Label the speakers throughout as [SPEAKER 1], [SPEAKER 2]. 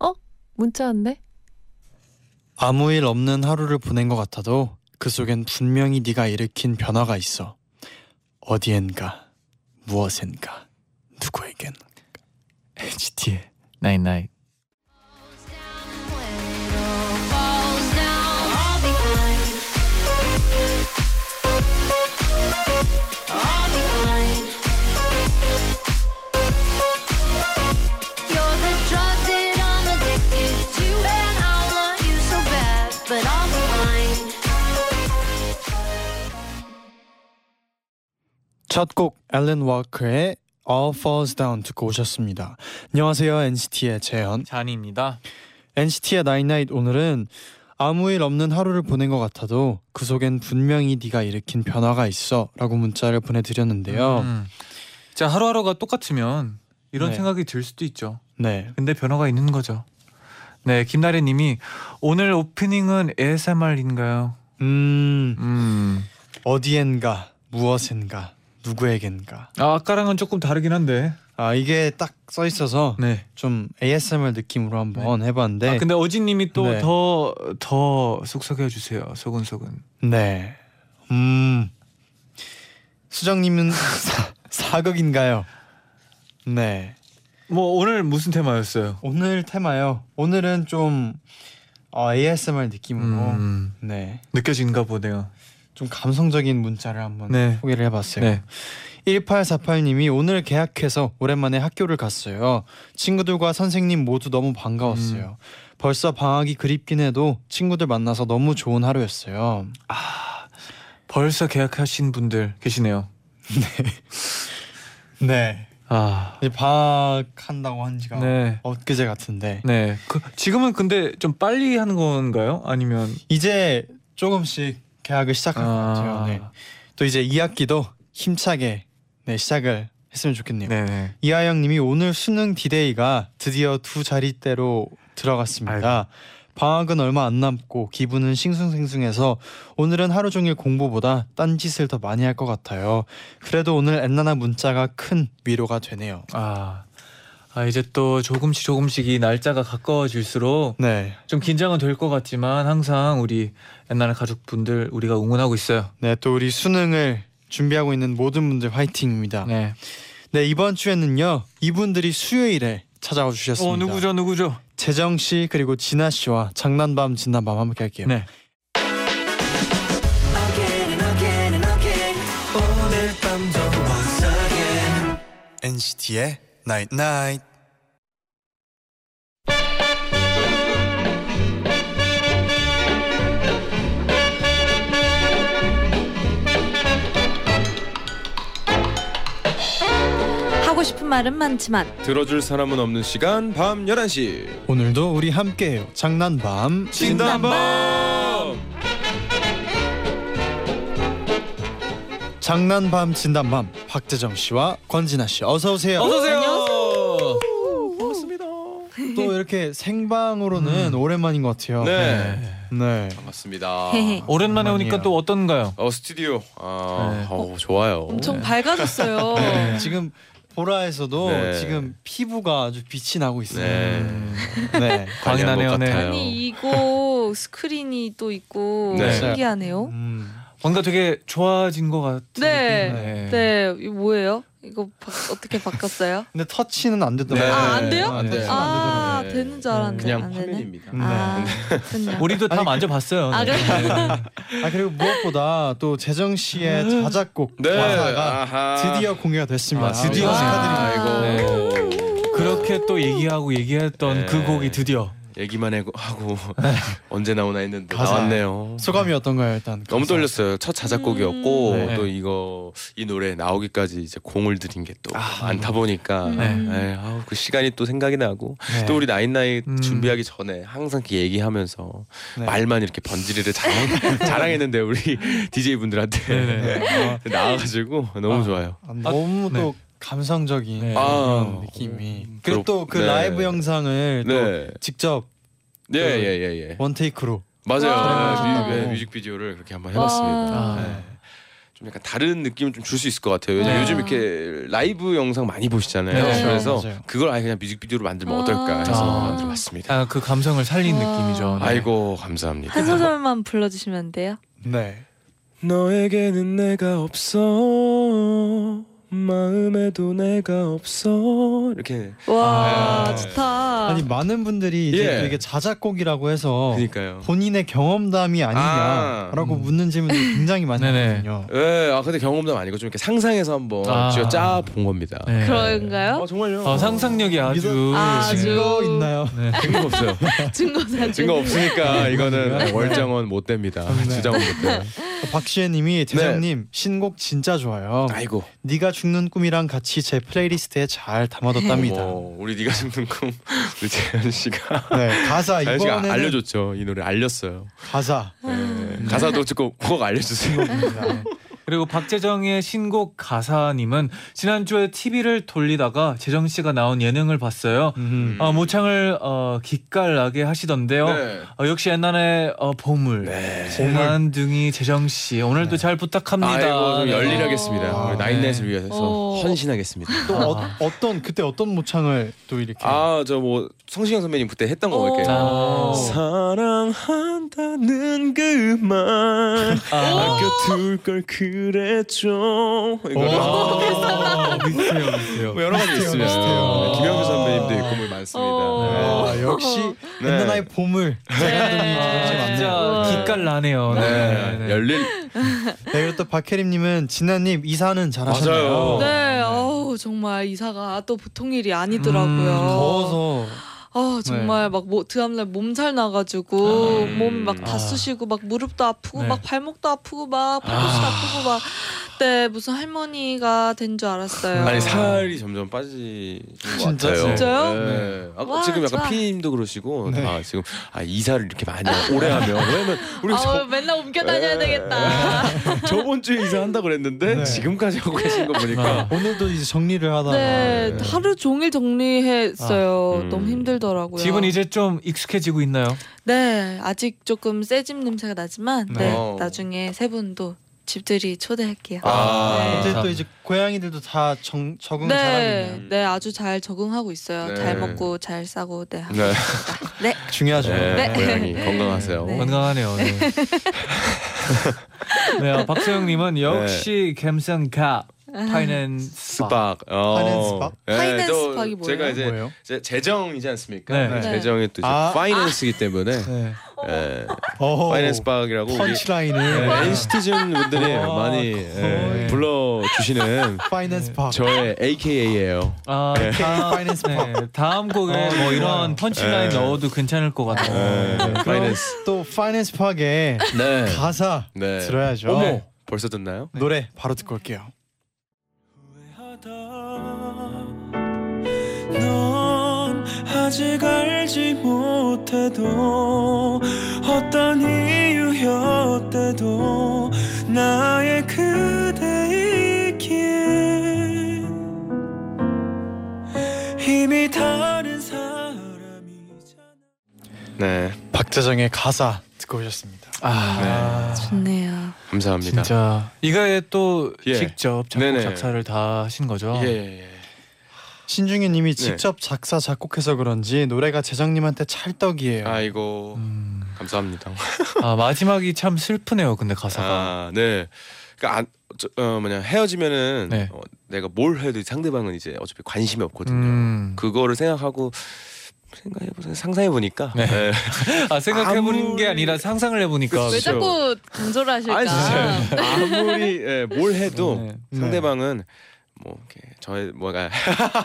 [SPEAKER 1] 어? 문자 왔네?
[SPEAKER 2] 아무 일 없는 하루를 보낸 것 같아도 그 속엔 분명히 네가 일으킨 변화가 있어. 어디엔가, 무엇엔가, 누구에겐. HT의
[SPEAKER 3] Night Night.
[SPEAKER 4] But I'll be mine.
[SPEAKER 2] 첫 곡 앨런 워커의 All Falls Down 듣고 오셨습니다. 안녕하세요 NCT의 재현.
[SPEAKER 3] 잔입니다.
[SPEAKER 2] NCT의 나잇나잇 오늘은 아무 일 없는 하루를 보낸 것 같아도 그 속엔 분명히 네가 일으킨 변화가 있어라고 문자를 보내드렸는데요.
[SPEAKER 3] 음. 자 하루하루가 똑같으면 이런
[SPEAKER 2] 네.
[SPEAKER 3] 생각이 들 수도 있죠.
[SPEAKER 2] 네,
[SPEAKER 3] 근데 변화가 있는 거죠. 네, 김나래님이 오늘 오프닝은 ASMR인가요?
[SPEAKER 2] 음
[SPEAKER 3] 음,
[SPEAKER 2] 어디엔가, 무엇엔가, 누구에겐가.
[SPEAKER 3] 아, 아까랑은 조금 다르긴 한데.
[SPEAKER 2] 아 이게 딱 써 있어서
[SPEAKER 3] 네.
[SPEAKER 2] 좀 ASMR 느낌으로 한번 해봤는데
[SPEAKER 3] 아, 근데 어진님이 또
[SPEAKER 2] 네.
[SPEAKER 3] 더 더 속삭여 주세요. 소근소근.
[SPEAKER 2] 네. 음. 수정님은 사, 사극인가요? 네.
[SPEAKER 3] 뭐 오늘 무슨 테마였어요?
[SPEAKER 2] 오늘 테마요. 오늘은 좀 어, ASMR 느낌으로
[SPEAKER 3] 음,
[SPEAKER 2] 네.
[SPEAKER 3] 느껴진가 보네요.
[SPEAKER 2] 좀 감성적인 문자를 한번
[SPEAKER 3] 네.
[SPEAKER 2] 소개를 해봤어요.
[SPEAKER 3] 네.
[SPEAKER 2] 1848님이 오늘 개학해서 오랜만에 학교를 갔어요. 친구들과 선생님 모두 너무 반가웠어요. 벌써 방학이 그립긴 해도 친구들 만나서 너무 좋은 하루였어요.
[SPEAKER 3] 아, 벌써 계약하신 분들 계시네요.
[SPEAKER 2] 네.
[SPEAKER 3] 아,
[SPEAKER 2] 이제 방학한다고 한 지가
[SPEAKER 3] 네.
[SPEAKER 2] 엊그제 같은데
[SPEAKER 3] 네. 그, 지금은 근데 좀 빨리 하는 건가요? 아니면
[SPEAKER 2] 이제 조금씩 개학을 시작한 것
[SPEAKER 3] 아.
[SPEAKER 2] 같아요. 네. 또 이제 2학기도 힘차게 네, 시작을 했으면 좋겠네요.
[SPEAKER 3] 네, 네.
[SPEAKER 2] 이하영님이 오늘 수능 디데이가 드디어 두 자리대로 들어갔습니다. 방학은 얼마 안 남고 기분은 싱숭생숭해서 오늘은 하루 종일 공부보다 딴 짓을 더 많이 할 것 같아요. 그래도 오늘 엔나나 문자가 큰 위로가 되네요.
[SPEAKER 3] 아. 아, 이제 또 조금씩 조금씩 이 날짜가 가까워질수록
[SPEAKER 2] 네,
[SPEAKER 3] 좀 긴장은 될 것 같지만 항상 우리 옛날 가족분들 우리가 응원하고 있어요.
[SPEAKER 2] 네 또 우리 수능을 준비하고 있는 모든 분들 화이팅입니다. 네,
[SPEAKER 3] 네.
[SPEAKER 2] 이번 주에는요 이분들이 수요일에 찾아와 주셨습니다.
[SPEAKER 3] 어 누구죠 누구죠?
[SPEAKER 2] 재정 씨 그리고 진아 씨와 장난밤 진난밤 함께할게요.
[SPEAKER 3] 네.
[SPEAKER 5] Again and again and again 오늘 밤도 once again
[SPEAKER 2] NCT의 Night Night.
[SPEAKER 1] 하고 싶은 말은 많지만
[SPEAKER 6] 들어줄 사람은 없는 시간 밤 11시
[SPEAKER 2] 오늘도 우리 함께해요. 장난밤.
[SPEAKER 6] 진단밤
[SPEAKER 2] 장난밤 진단밤 박재정 씨와 권진아 씨 어서 오세요.
[SPEAKER 3] 어서 오세요.
[SPEAKER 2] 또 이렇게 생방으로는 오랜만인 것 같아요.
[SPEAKER 6] 네.
[SPEAKER 2] 네.
[SPEAKER 6] 반갑습니다
[SPEAKER 3] 오랜만에 오니까
[SPEAKER 2] 오랜만이에요.
[SPEAKER 3] 또 어떤가요?
[SPEAKER 6] 어 스튜디오 아
[SPEAKER 3] 네.
[SPEAKER 6] 어우, 좋아요
[SPEAKER 1] 엄청
[SPEAKER 7] 네.
[SPEAKER 1] 밝아졌어요.
[SPEAKER 2] 네. 지금 보라에서도
[SPEAKER 6] 네.
[SPEAKER 2] 지금 피부가 아주 빛이 나고 있어요.
[SPEAKER 6] 네.
[SPEAKER 3] 음,
[SPEAKER 2] 네.
[SPEAKER 3] 광이
[SPEAKER 6] 관리한
[SPEAKER 3] 나네요.
[SPEAKER 6] 것
[SPEAKER 3] 네.
[SPEAKER 6] 같아요.
[SPEAKER 1] 아니 이거 스크린이 또 있고
[SPEAKER 6] 네.
[SPEAKER 1] 신기하네요.
[SPEAKER 2] 음.
[SPEAKER 3] 뭔가 되게 좋아진 것 같은
[SPEAKER 1] 네.
[SPEAKER 3] 느낌.
[SPEAKER 1] 네, 이거 뭐예요? 이거 바, 어떻게 바꿨어요?
[SPEAKER 2] 근데 터치는 안 되더라고요.
[SPEAKER 6] 네.
[SPEAKER 1] 아, 안 돼요?
[SPEAKER 2] 안 돼요.
[SPEAKER 1] 아
[SPEAKER 6] 되더라고요.
[SPEAKER 1] 되는 줄 알았는데
[SPEAKER 6] 그냥
[SPEAKER 1] 안 되네.
[SPEAKER 6] 화면입니다
[SPEAKER 7] 음.
[SPEAKER 1] 아 그렇군요.
[SPEAKER 3] 우리도 다
[SPEAKER 2] 아니,
[SPEAKER 3] 만져봤어요. 네.
[SPEAKER 1] 아 그래?
[SPEAKER 2] 아 그리고 무엇보다 또 재정 씨의 자작곡
[SPEAKER 6] 네
[SPEAKER 2] 가사가
[SPEAKER 6] 아하.
[SPEAKER 2] 드디어 공개가 됐습니다.
[SPEAKER 3] 아, 드디어. 네.
[SPEAKER 2] 축하드립니다.
[SPEAKER 6] 아이고
[SPEAKER 3] 그렇게 또 얘기하고 얘기했던
[SPEAKER 6] 네.
[SPEAKER 3] 그 곡이 드디어
[SPEAKER 7] 얘기만 하고- 하고 언제 나오나 했는데
[SPEAKER 2] 가사.
[SPEAKER 7] 나왔네요.
[SPEAKER 2] 음. 소감이 어떤가요 일단?
[SPEAKER 7] 너무
[SPEAKER 2] 가사.
[SPEAKER 7] 떨렸어요. 첫 자작곡이었고
[SPEAKER 2] 음. 네.
[SPEAKER 7] 또 이거 이 노래 나오기까지 이제 공을 들인 게 또
[SPEAKER 2] 아.
[SPEAKER 7] 많다 보니까
[SPEAKER 3] 네.
[SPEAKER 7] 에이, 아우, 그 시간이 또 생각이 나고
[SPEAKER 2] 네.
[SPEAKER 7] 또 우리 나인나이
[SPEAKER 3] 음.
[SPEAKER 7] 준비하기 전에 항상 그 얘기하면서
[SPEAKER 2] 네.
[SPEAKER 7] 말만 이렇게 번지르르 자랑, 자랑했는데 우리 DJ 분들한테
[SPEAKER 2] 네.
[SPEAKER 7] 나와가지고 너무
[SPEAKER 2] 아.
[SPEAKER 7] 좋아요.
[SPEAKER 2] 아, 너무
[SPEAKER 3] 네.
[SPEAKER 2] 또 감성적인
[SPEAKER 3] 네.
[SPEAKER 2] 그런
[SPEAKER 7] 아.
[SPEAKER 2] 느낌이.
[SPEAKER 7] 음,
[SPEAKER 2] 그리고 또 그
[SPEAKER 7] 네.
[SPEAKER 2] 라이브 영상을
[SPEAKER 7] 네.
[SPEAKER 2] 또 직접
[SPEAKER 7] 예예예 예, 예.
[SPEAKER 2] 원 테이크로.
[SPEAKER 1] 와.
[SPEAKER 7] 맞아요. 네,
[SPEAKER 2] 네.
[SPEAKER 7] 뮤, 뮤직 비디오를 그렇게 한번 해봤습니다.
[SPEAKER 1] 와. 아.
[SPEAKER 2] 네.
[SPEAKER 7] 좀 약간 다른 느낌을 좀 줄 수 있을 것 같아요. 왜냐면
[SPEAKER 1] 네.
[SPEAKER 7] 요즘 이렇게 라이브 영상 많이 보시잖아요.
[SPEAKER 3] 네, 맞아요.
[SPEAKER 7] 그래서
[SPEAKER 2] 맞아요.
[SPEAKER 7] 그걸 아예 그냥 뮤직 비디오로 만들면 어떨까 해서
[SPEAKER 3] 아.
[SPEAKER 7] 만들어봤습니다.
[SPEAKER 3] 아, 그 감성을 살린
[SPEAKER 1] 와.
[SPEAKER 3] 느낌이죠. 네.
[SPEAKER 7] 아이고 감사합니다.
[SPEAKER 1] 한 소절만 불러주시면 안 돼요?
[SPEAKER 2] 네.
[SPEAKER 7] 너에게는 내가 없어 마음에도 내가 없어 이렇게
[SPEAKER 1] 와
[SPEAKER 7] 아.
[SPEAKER 1] 좋다.
[SPEAKER 2] 아니 많은 분들이 이제
[SPEAKER 7] 예.
[SPEAKER 2] 또 이게 자작곡이라고 해서
[SPEAKER 7] 그러니까요.
[SPEAKER 2] 본인의 경험담이 아니냐라고
[SPEAKER 3] 음.
[SPEAKER 2] 묻는 질문이 굉장히 많이
[SPEAKER 3] 네네.
[SPEAKER 2] 있거든요.
[SPEAKER 7] 예, 아 근데 경험담 아니고 좀 이렇게 상상해서 한번
[SPEAKER 3] 아.
[SPEAKER 7] 쥐어 짜본 겁니다.
[SPEAKER 3] 네.
[SPEAKER 1] 그런가요?
[SPEAKER 7] 아 정말요?
[SPEAKER 3] 어, 상상력이 아주 예.
[SPEAKER 2] 믿어-
[SPEAKER 1] 아주-
[SPEAKER 2] 증거 있나요?
[SPEAKER 3] 네.
[SPEAKER 7] 증거 없어요.
[SPEAKER 1] 증거 사진.
[SPEAKER 7] 증거 없으니까
[SPEAKER 2] 네.
[SPEAKER 7] 이거는 월장원 못 됩니다.
[SPEAKER 2] 네.
[SPEAKER 7] 주장원 못 돼요.
[SPEAKER 2] 어, 박시혜님이 대장님 신곡 진짜 좋아요.
[SPEAKER 7] 네. 아이고.
[SPEAKER 2] 네가 죽는 꿈이랑 같이 제 플레이리스트에 잘 담아뒀답니다.
[SPEAKER 7] 어머, 우리 네가 죽는 꿈 우리 재현 씨가
[SPEAKER 2] 네 가사
[SPEAKER 7] 재현 씨가
[SPEAKER 2] 이번에는 아.
[SPEAKER 7] 알려줬죠. 이 노래 알렸어요.
[SPEAKER 2] 가사.
[SPEAKER 7] 네. 가사도 듣고 꼭 알려주세요.
[SPEAKER 2] 네.
[SPEAKER 3] 그리고 박재정의 신곡 가사님은 지난주에 TV를 돌리다가 재정 씨가 나온 예능을 봤어요.
[SPEAKER 2] 음.
[SPEAKER 3] 어, 모창을 어, 기깔나게 하시던데요.
[SPEAKER 2] 뭐,
[SPEAKER 7] 네.
[SPEAKER 3] 어, 역시 옛날에 어, 보물, 재난둥이 재정 씨 오늘도 잘 부탁합니다.
[SPEAKER 7] 아이고 좀
[SPEAKER 3] 네.
[SPEAKER 7] 열일하겠습니다.
[SPEAKER 2] 아,
[SPEAKER 7] 우리
[SPEAKER 3] 네.
[SPEAKER 7] 나인나잇을 위해서
[SPEAKER 1] 어.
[SPEAKER 7] 헌신하겠습니다.
[SPEAKER 2] 또 어, 어떤 그때 어떤 모창을 또 이렇게
[SPEAKER 7] 아 저 뭐 성시경 선배님 그때 했던 거뭐 이렇게
[SPEAKER 1] 어.
[SPEAKER 7] 어.
[SPEAKER 3] 아.
[SPEAKER 7] 사랑한다는 그말 아껴둘 걸 그랬죠. 이거
[SPEAKER 2] 어.
[SPEAKER 3] 아, 비슷해요, 비슷해요.
[SPEAKER 7] 뭐 여러 가지 있습니다.
[SPEAKER 2] 비슷해요.
[SPEAKER 7] 네, 김영주 선배님도 있고 뭐 많습니다.
[SPEAKER 1] 어.
[SPEAKER 2] 아, 역시
[SPEAKER 7] 네.
[SPEAKER 2] 옛날 나의 보물 재간둥이
[SPEAKER 3] 아,
[SPEAKER 2] 진짜 많네요.
[SPEAKER 3] 진짜 기깔 나네요.
[SPEAKER 7] 네.
[SPEAKER 3] 네,
[SPEAKER 7] 네.
[SPEAKER 3] 네.
[SPEAKER 7] 열릴
[SPEAKER 2] 네, 그리고 또 박혜림님은 진아님 이사는 잘하셨네요.
[SPEAKER 7] 맞아요.
[SPEAKER 1] 네, 어우 정말 이사가 또 보통 일이
[SPEAKER 3] 음,
[SPEAKER 1] 아니더라고요.
[SPEAKER 2] 더워서
[SPEAKER 1] 아 정말 막 뭐, 다음날 몸살 나가지고
[SPEAKER 7] 음.
[SPEAKER 1] 몸 막 다
[SPEAKER 3] 아.
[SPEAKER 1] 쑤시고 막 무릎도 아프고
[SPEAKER 3] 네.
[SPEAKER 1] 막 발목도 아프고 막 발끝도 아. 프고 막. 네 무슨 할머니가 된 줄 알았어요.
[SPEAKER 7] 아니 살이 점점 빠지는 것
[SPEAKER 2] 진짜,
[SPEAKER 7] 같아요.
[SPEAKER 1] 네. 진짜요?
[SPEAKER 7] 네. 아까
[SPEAKER 1] 와,
[SPEAKER 7] 지금 약간
[SPEAKER 1] 좋아.
[SPEAKER 7] 피님도 그러시고
[SPEAKER 2] 네.
[SPEAKER 7] 아 지금 아 이사를 이렇게 많이 하- 오래 하면 왜냐면 우리
[SPEAKER 1] 아
[SPEAKER 7] 저,
[SPEAKER 1] 맨날 옮겨 다녀야
[SPEAKER 7] 에.
[SPEAKER 1] 되겠다.
[SPEAKER 7] 저번 주에 이사한다 그랬는데
[SPEAKER 2] 네.
[SPEAKER 7] 지금까지 하고 계신 거
[SPEAKER 3] 아.
[SPEAKER 7] 보니까
[SPEAKER 2] 오늘도 이제 정리를 하다가
[SPEAKER 1] 네
[SPEAKER 7] 네.
[SPEAKER 1] 하루 종일 정리했어요.
[SPEAKER 7] 아, 음.
[SPEAKER 1] 너무 힘들더라고요.
[SPEAKER 3] 집은 이제 좀 익숙해지고 있나요?
[SPEAKER 1] 네 아직 조금 새집 냄새가 나지만 네,
[SPEAKER 7] 네.
[SPEAKER 1] 나중에 세 분도 집들이 초대할게요.
[SPEAKER 7] 아.
[SPEAKER 2] 이제 또
[SPEAKER 3] 감사합니다.
[SPEAKER 2] 이제 고양이들도 다 정, 아, 적응 잘하고
[SPEAKER 1] 네,
[SPEAKER 2] 있네요.
[SPEAKER 1] 네 아주 잘 적응하고 있어요.
[SPEAKER 7] 네.
[SPEAKER 1] 잘 먹고 잘 싸고 네. 하고
[SPEAKER 7] 네.
[SPEAKER 1] 있습니다. 네.
[SPEAKER 2] 중요하죠.
[SPEAKER 7] 네,
[SPEAKER 1] 네.
[SPEAKER 7] 고양이 건강하세요.
[SPEAKER 1] 네.
[SPEAKER 3] 건강하네요. 네. 네, 아, 박소영님은 역시
[SPEAKER 7] 네.
[SPEAKER 3] 갬성가 파이낸스 바.
[SPEAKER 7] 스박. 어.
[SPEAKER 2] 아, 파이낸스 박?
[SPEAKER 7] 네,
[SPEAKER 1] 파이낸스
[SPEAKER 7] 저
[SPEAKER 1] 박이 뭐예요?
[SPEAKER 7] 제가 이제
[SPEAKER 2] 뭐예요?
[SPEAKER 7] 제 재정이지 않습니까?
[SPEAKER 3] 네.
[SPEAKER 7] 네,
[SPEAKER 1] 네. 아.
[SPEAKER 7] 재정이 또 이제
[SPEAKER 2] 아.
[SPEAKER 7] 파이낸스이기 때문에
[SPEAKER 2] 네.
[SPEAKER 7] 예,
[SPEAKER 2] 어허.
[SPEAKER 7] 파이낸스 박이라고 우리
[SPEAKER 2] 펀치라인을
[SPEAKER 7] 네, NCT즌 분들이
[SPEAKER 2] 아,
[SPEAKER 7] 많이
[SPEAKER 2] 거의. 아.
[SPEAKER 7] 예, 불러주시는
[SPEAKER 2] 파이낸스 박.
[SPEAKER 7] 저의 AKA예요.
[SPEAKER 3] 아,
[SPEAKER 2] 네. 파이낸스 박.
[SPEAKER 3] 네, 다음 곡에
[SPEAKER 2] 어,
[SPEAKER 3] 뭐
[SPEAKER 2] 좋아요.
[SPEAKER 3] 이런 펀치라인
[SPEAKER 7] 네.
[SPEAKER 3] 넣어도 괜찮을 것 같아요.
[SPEAKER 2] 네. 그럼
[SPEAKER 7] 예, 파이낸스.
[SPEAKER 2] 또 파이낸스 박의
[SPEAKER 7] 네.
[SPEAKER 2] 가사
[SPEAKER 7] 네.
[SPEAKER 2] 들어야죠.
[SPEAKER 7] 어머, 벌써 듣나요?
[SPEAKER 2] 노래 바로 듣고 올게요.
[SPEAKER 5] 넌 아직 알지 못해도 어떤 이유였대도 나의 그대이기에 이미 다른 사람이잖아
[SPEAKER 7] 네.
[SPEAKER 2] 박재정의 가사 듣고 오셨습니다.
[SPEAKER 3] 아,
[SPEAKER 1] 좋네요.
[SPEAKER 7] 감사합니다.
[SPEAKER 2] 아.
[SPEAKER 3] 진짜 이거에 또
[SPEAKER 7] 예.
[SPEAKER 3] 직접 작곡
[SPEAKER 7] 네네.
[SPEAKER 3] 작사를 다 하신 거죠?
[SPEAKER 7] 예, 예, 예.
[SPEAKER 6] 네.
[SPEAKER 2] 신중현님이 직접 작사 작곡해서 그런지 노래가 재정님한테 찰떡이에요.
[SPEAKER 7] 아이고,
[SPEAKER 3] 음,
[SPEAKER 7] 감사합니다.
[SPEAKER 3] 아 마지막이 참 슬프네요. 근데 가사가
[SPEAKER 7] 아, 네. 그러니까 안, 저, 어, 뭐냐 헤어지면은
[SPEAKER 3] 네.
[SPEAKER 7] 어, 내가 뭘 해도 상대방은 이제 어차피 관심이 없거든요.
[SPEAKER 3] 음.
[SPEAKER 7] 그거를 생각하고 생각해 보세요. 상상해 보니까.
[SPEAKER 3] 네.
[SPEAKER 7] 네.
[SPEAKER 3] 아 생각해보는 게
[SPEAKER 7] 아무리-
[SPEAKER 3] 아니라 상상을 해보니까
[SPEAKER 1] 왜
[SPEAKER 7] 그쵸.
[SPEAKER 1] 자꾸 강조를 하실까?
[SPEAKER 7] 아니 진짜 아무리 예, 뭘 해도
[SPEAKER 3] 네.
[SPEAKER 7] 상대방은
[SPEAKER 6] 뭐 이렇게 저의 뭐가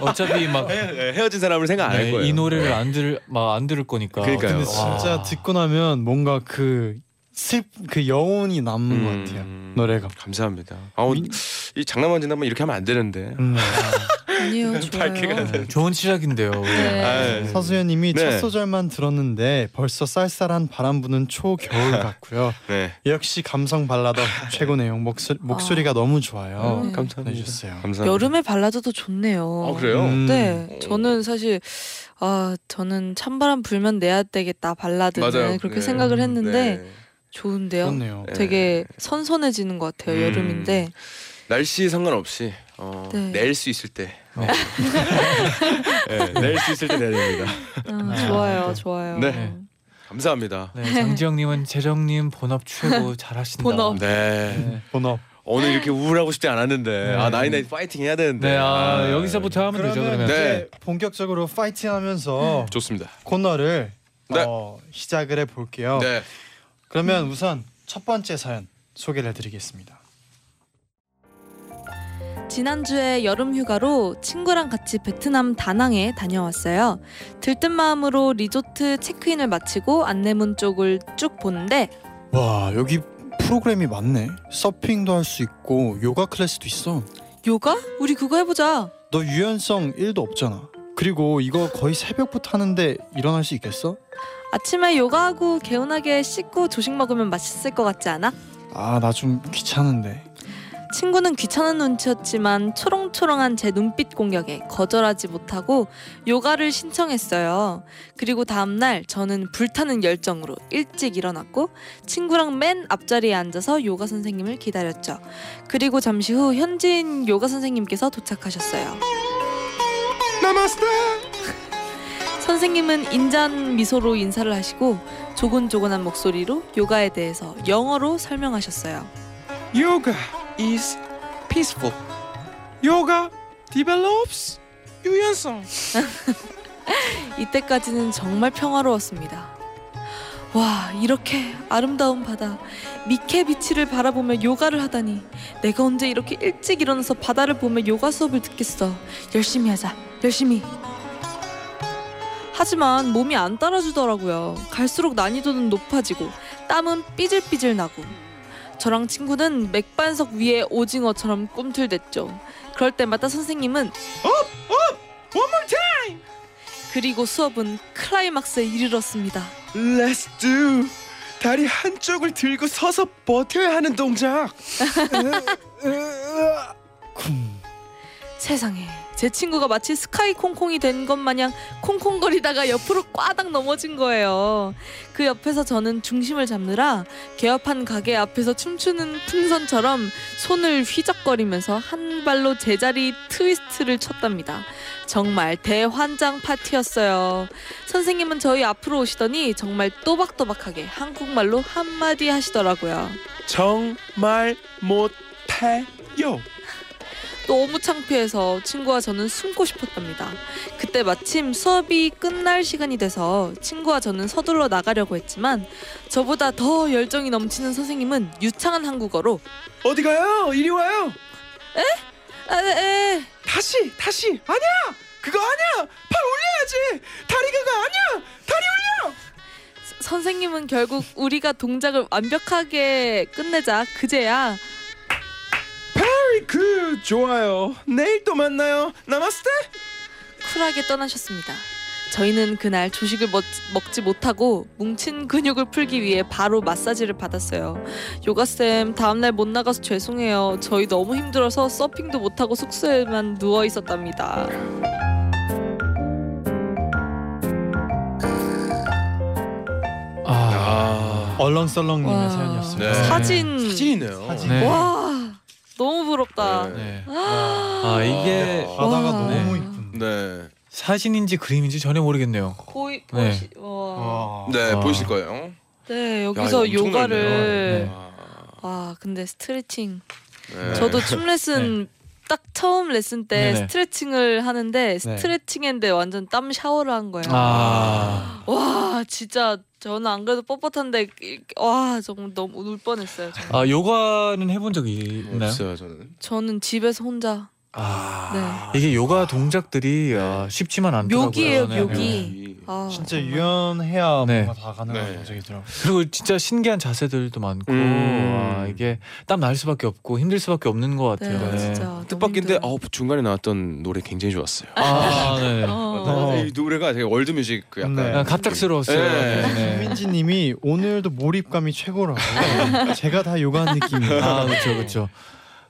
[SPEAKER 3] 어차피
[SPEAKER 7] 네.
[SPEAKER 3] 막
[SPEAKER 7] 예,
[SPEAKER 6] 헤어진 사람을
[SPEAKER 7] 아,
[SPEAKER 6] 생각 안 할
[SPEAKER 3] 네,
[SPEAKER 6] 거예요.
[SPEAKER 3] 이 노래를 안 들을 막 안 들을 거니까.
[SPEAKER 6] 그러니까요.
[SPEAKER 2] 근데
[SPEAKER 6] 와.
[SPEAKER 2] 진짜 듣고 나면 뭔가 그 슬, 그 여운이 남는
[SPEAKER 6] 음.
[SPEAKER 2] 것 같아요. 노래가.
[SPEAKER 6] 감사합니다. 아우
[SPEAKER 2] 민-
[SPEAKER 6] 이 장난만 지나면 이렇게 하면 안 되는데.
[SPEAKER 2] 음.
[SPEAKER 1] 아니요 좋아요.
[SPEAKER 6] 밝게 가는.
[SPEAKER 3] 네, 좋은 시작인데요.
[SPEAKER 1] 네.
[SPEAKER 6] 아유.
[SPEAKER 2] 서수연님이
[SPEAKER 6] 네.
[SPEAKER 2] 첫 소절만 들었는데 벌써 쌀쌀한 바람 부는 초겨울 같고요.
[SPEAKER 6] 네.
[SPEAKER 2] 역시 감성 발라더 최고네요. 목소리, 목소리가 너무 좋아요. 음.
[SPEAKER 1] 네.
[SPEAKER 6] 감사합니다.
[SPEAKER 2] 해주셨어요.
[SPEAKER 6] 감사합니다.
[SPEAKER 1] 여름에 발라줘도 좋네요.
[SPEAKER 6] 아 그래요?
[SPEAKER 2] 음.
[SPEAKER 1] 네,
[SPEAKER 6] 음.
[SPEAKER 1] 저는 사실 아 저는 찬바람 불면 내야 되겠다 발라드는
[SPEAKER 6] 맞아요.
[SPEAKER 1] 그렇게
[SPEAKER 6] 네.
[SPEAKER 1] 생각을
[SPEAKER 2] 음,
[SPEAKER 1] 했는데
[SPEAKER 6] 네.
[SPEAKER 1] 좋은데요.
[SPEAKER 2] 좋네요.
[SPEAKER 6] 네.
[SPEAKER 1] 되게 선선해지는 것 같아요
[SPEAKER 6] 음.
[SPEAKER 1] 여름인데.
[SPEAKER 6] 날씨 상관없이 어,
[SPEAKER 1] 네.
[SPEAKER 6] 낼 수 있을 때.
[SPEAKER 3] 어.
[SPEAKER 6] 네, 낼 수 있을 때 내야 됩니다.
[SPEAKER 1] 아, 좋아요, 좋아요.
[SPEAKER 6] 네. 감사합니다.
[SPEAKER 3] 네, 장지영님은 재정님 본업 최고 잘하신다.
[SPEAKER 1] 본업.
[SPEAKER 6] 네.
[SPEAKER 2] 네. 본업.
[SPEAKER 6] 오늘 이렇게 우울하고 싶지 않았는데 아 나이나이 파이팅 해야 되는데.
[SPEAKER 3] 네, 아, 여기서부터 하면 되죠 그러면.
[SPEAKER 6] 네.
[SPEAKER 2] 이제 본격적으로 파이팅하면서
[SPEAKER 6] 좋습니다.
[SPEAKER 2] 코너를
[SPEAKER 6] 네.
[SPEAKER 2] 어, 시작을
[SPEAKER 3] 어.
[SPEAKER 2] 해볼게요.
[SPEAKER 6] 네.
[SPEAKER 2] 그러면 우선 첫 번째 사연 소개를 해드리겠습니다.
[SPEAKER 1] 지난주에 여름 휴가로 친구랑 같이 베트남 다낭에 다녀왔어요. 들뜬 마음으로 리조트 체크인을 마치고 안내문 쪽을 쭉 보는데
[SPEAKER 2] 와 여기 프로그램이 많네. 서핑도 할 수 있고 요가 클래스도 있어.
[SPEAKER 1] 요가? 우리 그거 해보자.
[SPEAKER 2] 너 유연성 1도 없잖아. 그리고 이거 거의 새벽부터 하는데 일어날 수 있겠어?
[SPEAKER 1] 아침에 요가하고 개운하게 씻고 조식 먹으면 맛있을 것 같지 않아?
[SPEAKER 2] 아 나 좀 귀찮은데.
[SPEAKER 1] 친구는 귀찮은 눈치였지만 초롱초롱한 제 눈빛 공격에 거절하지 못하고 요가를 신청했어요. 그리고 다음날 저는 불타는 열정으로 일찍 일어났고 친구랑 맨 앞자리에 앉아서 요가 선생님을 기다렸죠. 그리고 잠시 후 현지인 요가 선생님께서 도착하셨어요. 선생님은 인자한 미소로 인사를 하시고 조곤조곤한 목소리로 요가에 대해서 영어로 설명하셨어요.
[SPEAKER 5] Yoga is peaceful. Yoga develops 유연성.
[SPEAKER 1] 이때까지는 정말 평화로웠습니다. 와, 이렇게 아름다운 바다, 미케 비치를 바라보며 요가를 하다니. 내가 언제 이렇게 일찍 일어나서 바다를 보며 요가 수업을 듣겠어. 열심히 하자, 열심히. 하지만 몸이 안 따라주더라고요. 갈수록 난이도는 높아지고, 땀은 삐질삐질 나고. 저랑 친구는 맥반석 위에 오징어처럼 꿈틀댔죠. 그럴 때마다 선생님은 그리고 수업은 클라이막스에 이르렀습니다.
[SPEAKER 6] Let's do. 다리 한쪽을 들고 서서 버텨야 하는 동작.
[SPEAKER 1] 세상에 제 친구가 마치 스카이 콩콩이 된 것 마냥 콩콩거리다가 옆으로 꽈당 넘어진 거예요. 그 옆에서 저는 중심을 잡느라 개업한 가게 앞에서 춤추는 풍선처럼 손을 휘적거리면서 한 발로 제자리 트위스트를 쳤답니다. 정말 대환장 파티였어요. 선생님은 저희 앞으로 오시더니 정말 또박또박하게 한국말로 한마디 하시더라고요.
[SPEAKER 6] 정말 못해요.
[SPEAKER 1] 너무 창피해서 친구와 저는 숨고 싶었답니다. 그때 마침 수업이 끝날 시간이 돼서 친구와 저는 서둘러 나가려고 했지만 저보다 더 열정이 넘치는 선생님은 유창한 한국어로
[SPEAKER 6] 어디 가요? 이리 와요.
[SPEAKER 1] 에, 에,
[SPEAKER 6] 다시 다시 아니야 그거 아니야 팔 올려야지 다리가 가 아니야 다리
[SPEAKER 1] 선생님은 결국 우리가 동작을 완벽하게 끝내자 그제야
[SPEAKER 6] 올려 그 좋아요 내일 또 만나요 나마스테
[SPEAKER 1] 쿨하게 떠나셨습니다. 저희는 그날 조식을 먹, 먹지 못하고 뭉친 근육을 풀기 위해 바로 마사지를 받았어요. 요가쌤, 다음날 못 나가서 죄송해요. 저희 너무 힘들어서 서핑도 못하고 숙소에만 누워 있었답니다.
[SPEAKER 3] 아,
[SPEAKER 6] 아
[SPEAKER 2] 얼렁설렁님의
[SPEAKER 1] 와.
[SPEAKER 2] 사연이었습니다.
[SPEAKER 6] 네.
[SPEAKER 1] 사진.
[SPEAKER 6] 사진이네요
[SPEAKER 2] 사진.
[SPEAKER 3] 네.
[SPEAKER 1] 와, 너무 부럽다.
[SPEAKER 3] 네.
[SPEAKER 1] 아,
[SPEAKER 3] 아 이게
[SPEAKER 6] 아.
[SPEAKER 1] 와.
[SPEAKER 2] 바다가 너무
[SPEAKER 1] 네.
[SPEAKER 2] 이쁜데.
[SPEAKER 6] 네,
[SPEAKER 3] 사진인지 그림인지 전혀 모르겠네요.
[SPEAKER 1] 거의
[SPEAKER 3] 네.
[SPEAKER 1] 보시, 와.
[SPEAKER 6] 네
[SPEAKER 3] 아.
[SPEAKER 6] 보이실 거예요
[SPEAKER 1] 네, 여기서
[SPEAKER 6] 이거 엄청
[SPEAKER 1] 요가를.
[SPEAKER 3] 넓네요.
[SPEAKER 6] 아,
[SPEAKER 1] 와, 근데 스트레칭.
[SPEAKER 6] 네.
[SPEAKER 1] 저도 춤 레슨 딱 처음 레슨 때
[SPEAKER 3] 네네.
[SPEAKER 1] 스트레칭을 하는데 스트레칭인데 완전 땀 샤워를 한 거예요.
[SPEAKER 3] 아,
[SPEAKER 1] 와 진짜 저는 안 그래도 뻣뻣한데 이- 와 정말 너무 울 뻔했어요. 정말.
[SPEAKER 3] 아 요가는 해본 적이 있나요?
[SPEAKER 6] 없어요 저는
[SPEAKER 1] 저는 집에서 혼자 네.
[SPEAKER 3] 아, 이게 요가 동작들이 아, 쉽지만 않더라고요.
[SPEAKER 1] 묘기예요,
[SPEAKER 3] 네,
[SPEAKER 1] 묘기. 아,
[SPEAKER 2] 진짜
[SPEAKER 1] 정말.
[SPEAKER 2] 유연해야
[SPEAKER 3] 네.
[SPEAKER 2] 뭔가 다 가능한
[SPEAKER 7] 네.
[SPEAKER 2] 동작이더라고요.
[SPEAKER 3] 그리고 진짜 신기한 자세들도 많고
[SPEAKER 7] 음.
[SPEAKER 3] 와, 이게 땀 날 수밖에 없고 힘들 수밖에 없는 것
[SPEAKER 1] 네,
[SPEAKER 3] 같아요. 네.
[SPEAKER 1] 진짜 너무
[SPEAKER 7] 뜻밖인데
[SPEAKER 1] 힘들어요.
[SPEAKER 7] 어, 중간에 나왔던 노래 굉장히 좋았어요.
[SPEAKER 3] 아, 네.
[SPEAKER 1] 어.
[SPEAKER 7] 이 노래가 되게 월드뮤직 그 약간
[SPEAKER 2] 네.
[SPEAKER 3] 그냥 아, 갑작스러웠어요.
[SPEAKER 7] 네.
[SPEAKER 3] 네. 네.
[SPEAKER 2] 김민지님이 오늘도 몰입감이 최고라고. 제가 다 요가한
[SPEAKER 3] 아
[SPEAKER 2] 느낌이에요.
[SPEAKER 3] 그렇죠 그렇죠.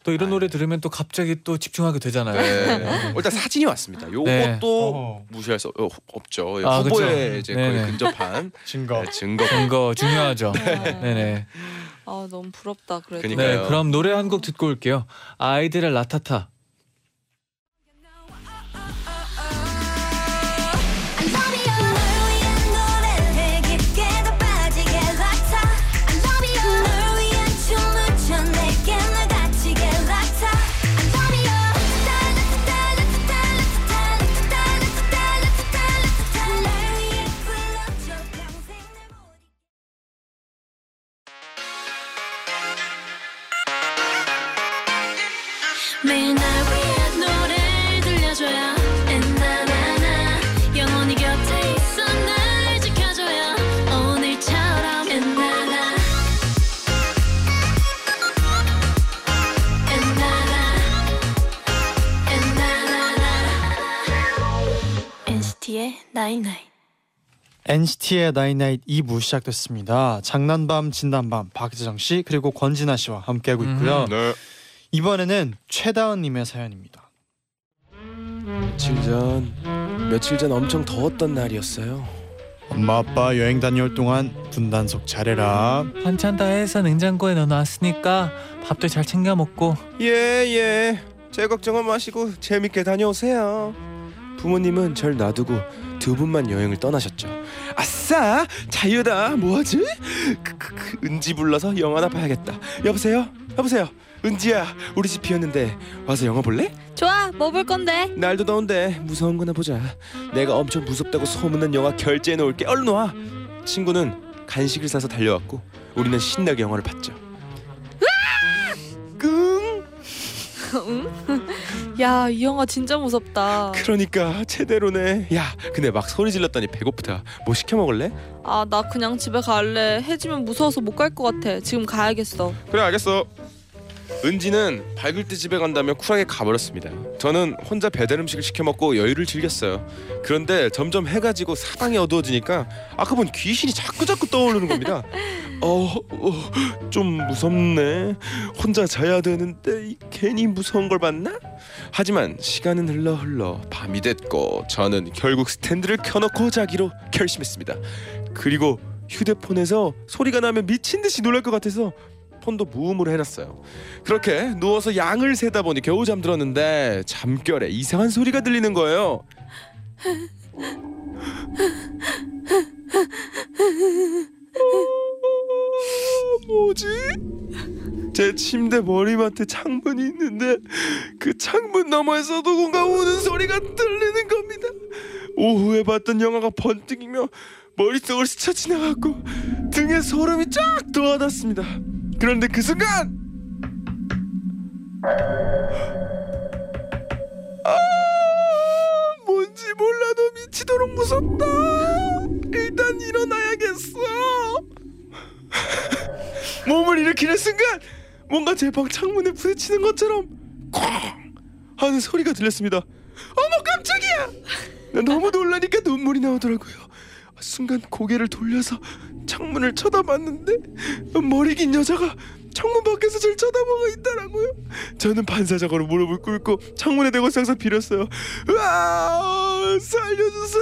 [SPEAKER 3] 또 이런 노래 들으면 또 갑자기 또 집중하게 되잖아요.
[SPEAKER 7] 아, 네. 일단 사진이 왔습니다. 요것도
[SPEAKER 3] 네.
[SPEAKER 2] 어.
[SPEAKER 7] 무시할 수 없- 없죠.
[SPEAKER 3] 아,
[SPEAKER 7] 후보에
[SPEAKER 3] 그쵸.
[SPEAKER 7] 이제
[SPEAKER 3] 네네.
[SPEAKER 7] 거의 근접한
[SPEAKER 2] 증거.
[SPEAKER 7] 네, 증거.
[SPEAKER 3] 이거 중요하죠.
[SPEAKER 1] 네.
[SPEAKER 3] 네네.
[SPEAKER 1] 아 너무 부럽다 그래도.
[SPEAKER 7] 그니까.
[SPEAKER 3] 네,
[SPEAKER 7] 그러니까요.
[SPEAKER 3] 그럼 노래 한 곡 듣고 올게요. 아이들의 라타타.
[SPEAKER 4] I'm loving you. 널 위한 노래에 깊게 더 빠지게 락타. I'm loving you. 널 위한 춤을 춰 내게 널 다치게 락타. I'm loving you. 날 위해 불러줘 평생 내 모든 매일 날 위한 노래를 들려줘요 엔나나나 영원히 곁에 있어 날 지켜줘요 오늘처럼 엔나나 엔나나 엔나나나 NCT의 나잇나잇
[SPEAKER 2] NCT의 나인나잇 2부 시작됐습니다. 장난밤 진단밤 박재정 씨 그리고 권진아 씨와 함께하고 있고요.
[SPEAKER 7] 네.
[SPEAKER 2] 이번에는 최다은님의 사연입니다.
[SPEAKER 8] 며칠 전 며칠 전 엄청 더웠던 날이었어요.
[SPEAKER 2] 엄마 아빠 여행 다녀올 동안 분단속 잘해라.
[SPEAKER 3] 반찬 다 해서 냉장고에 넣어놨으니까 밥도 잘 챙겨 먹고.
[SPEAKER 8] 예 예. 제 걱정은 마시고 재밌게 다녀오세요. 부모님은 절 놔두고 두 분만 여행을 떠나셨죠. 아싸 자유다 뭐하지? 크, 크, 크, 은지 불러서 영화나 봐야겠다. 여보세요 여보세요 은지야 우리 집 비었는데 와서 영화 볼래?
[SPEAKER 1] 좋아 뭐 볼 건데?
[SPEAKER 8] 날도 더운데 무서운 거나 보자. 내가 엄청 무섭다고 소문난 영화 결제해 놓을게. 얼른 와. 친구는 간식을 사서 달려왔고 우리는 신나게 영화를 봤죠. 끙.
[SPEAKER 1] 응? 야이 영화 진짜 무섭다.
[SPEAKER 8] 그러니까 제대로네. 야, 근데 막 소리 질렀더니 배고프다. 뭐 시켜 먹을래?
[SPEAKER 1] 아 나 그냥 집에 갈래. 해지면 무서워서 못 갈 것 같아. 지금 가야겠어.
[SPEAKER 7] 그래 알겠어. 은지는 밝을 때 집에 간다며 쿨하게 가버렸습니다. 저는 혼자 배달 음식을 시켜 먹고 여유를 즐겼어요. 그런데 점점 해가 지고 사방이 어두워지니까 아까 본 귀신이 자꾸 자꾸 떠오르는 겁니다. 어, 어, 좀 무섭네. 혼자 자야 되는데 이- 괜히 무서운 걸 봤나? 하지만 시간은 흘러 흘러 밤이 됐고 저는 결국 스탠드를 켜놓고 자기로 결심했습니다. 그리고 휴대폰에서 소리가 나면 미친 듯이 놀랄 것 같아서 폰도 무음으로 해놨어요. 그렇게 누워서 양을 세다 보니 겨우 잠들었는데 잠결에 이상한 소리가 들리는 거예요. 어, 뭐지? 제 침대 머리맡에 창문이 있는데 그 창문 너머에서 누군가 우는 소리가 들리는 겁니다. 오후에 봤던 영화가 번뜩이며 머릿속을 스쳐 지나갔고 등에 소름이 쫙 돋았습니다. 그런데 그 순간 아 뭔지 몰라도 미치도록 무섭다. 일단 일어나야겠어. 몸을 일으키는 순간 뭔가 제 방 창문에 부딪히는 것처럼 쾅 하는 소리가 들렸습니다. 어머 깜짝이야! 나 너무 놀라니까 눈물이 나오더라고요. 순간 고개를 돌려서 창문을 쳐다봤는데 머리 긴 여자가 창문 밖에서 절 쳐다보고 있더라고요. 저는 반사적으로 무릎을 꿇고 창문에 대고 항상 빌었어요. 으아 살려주세요!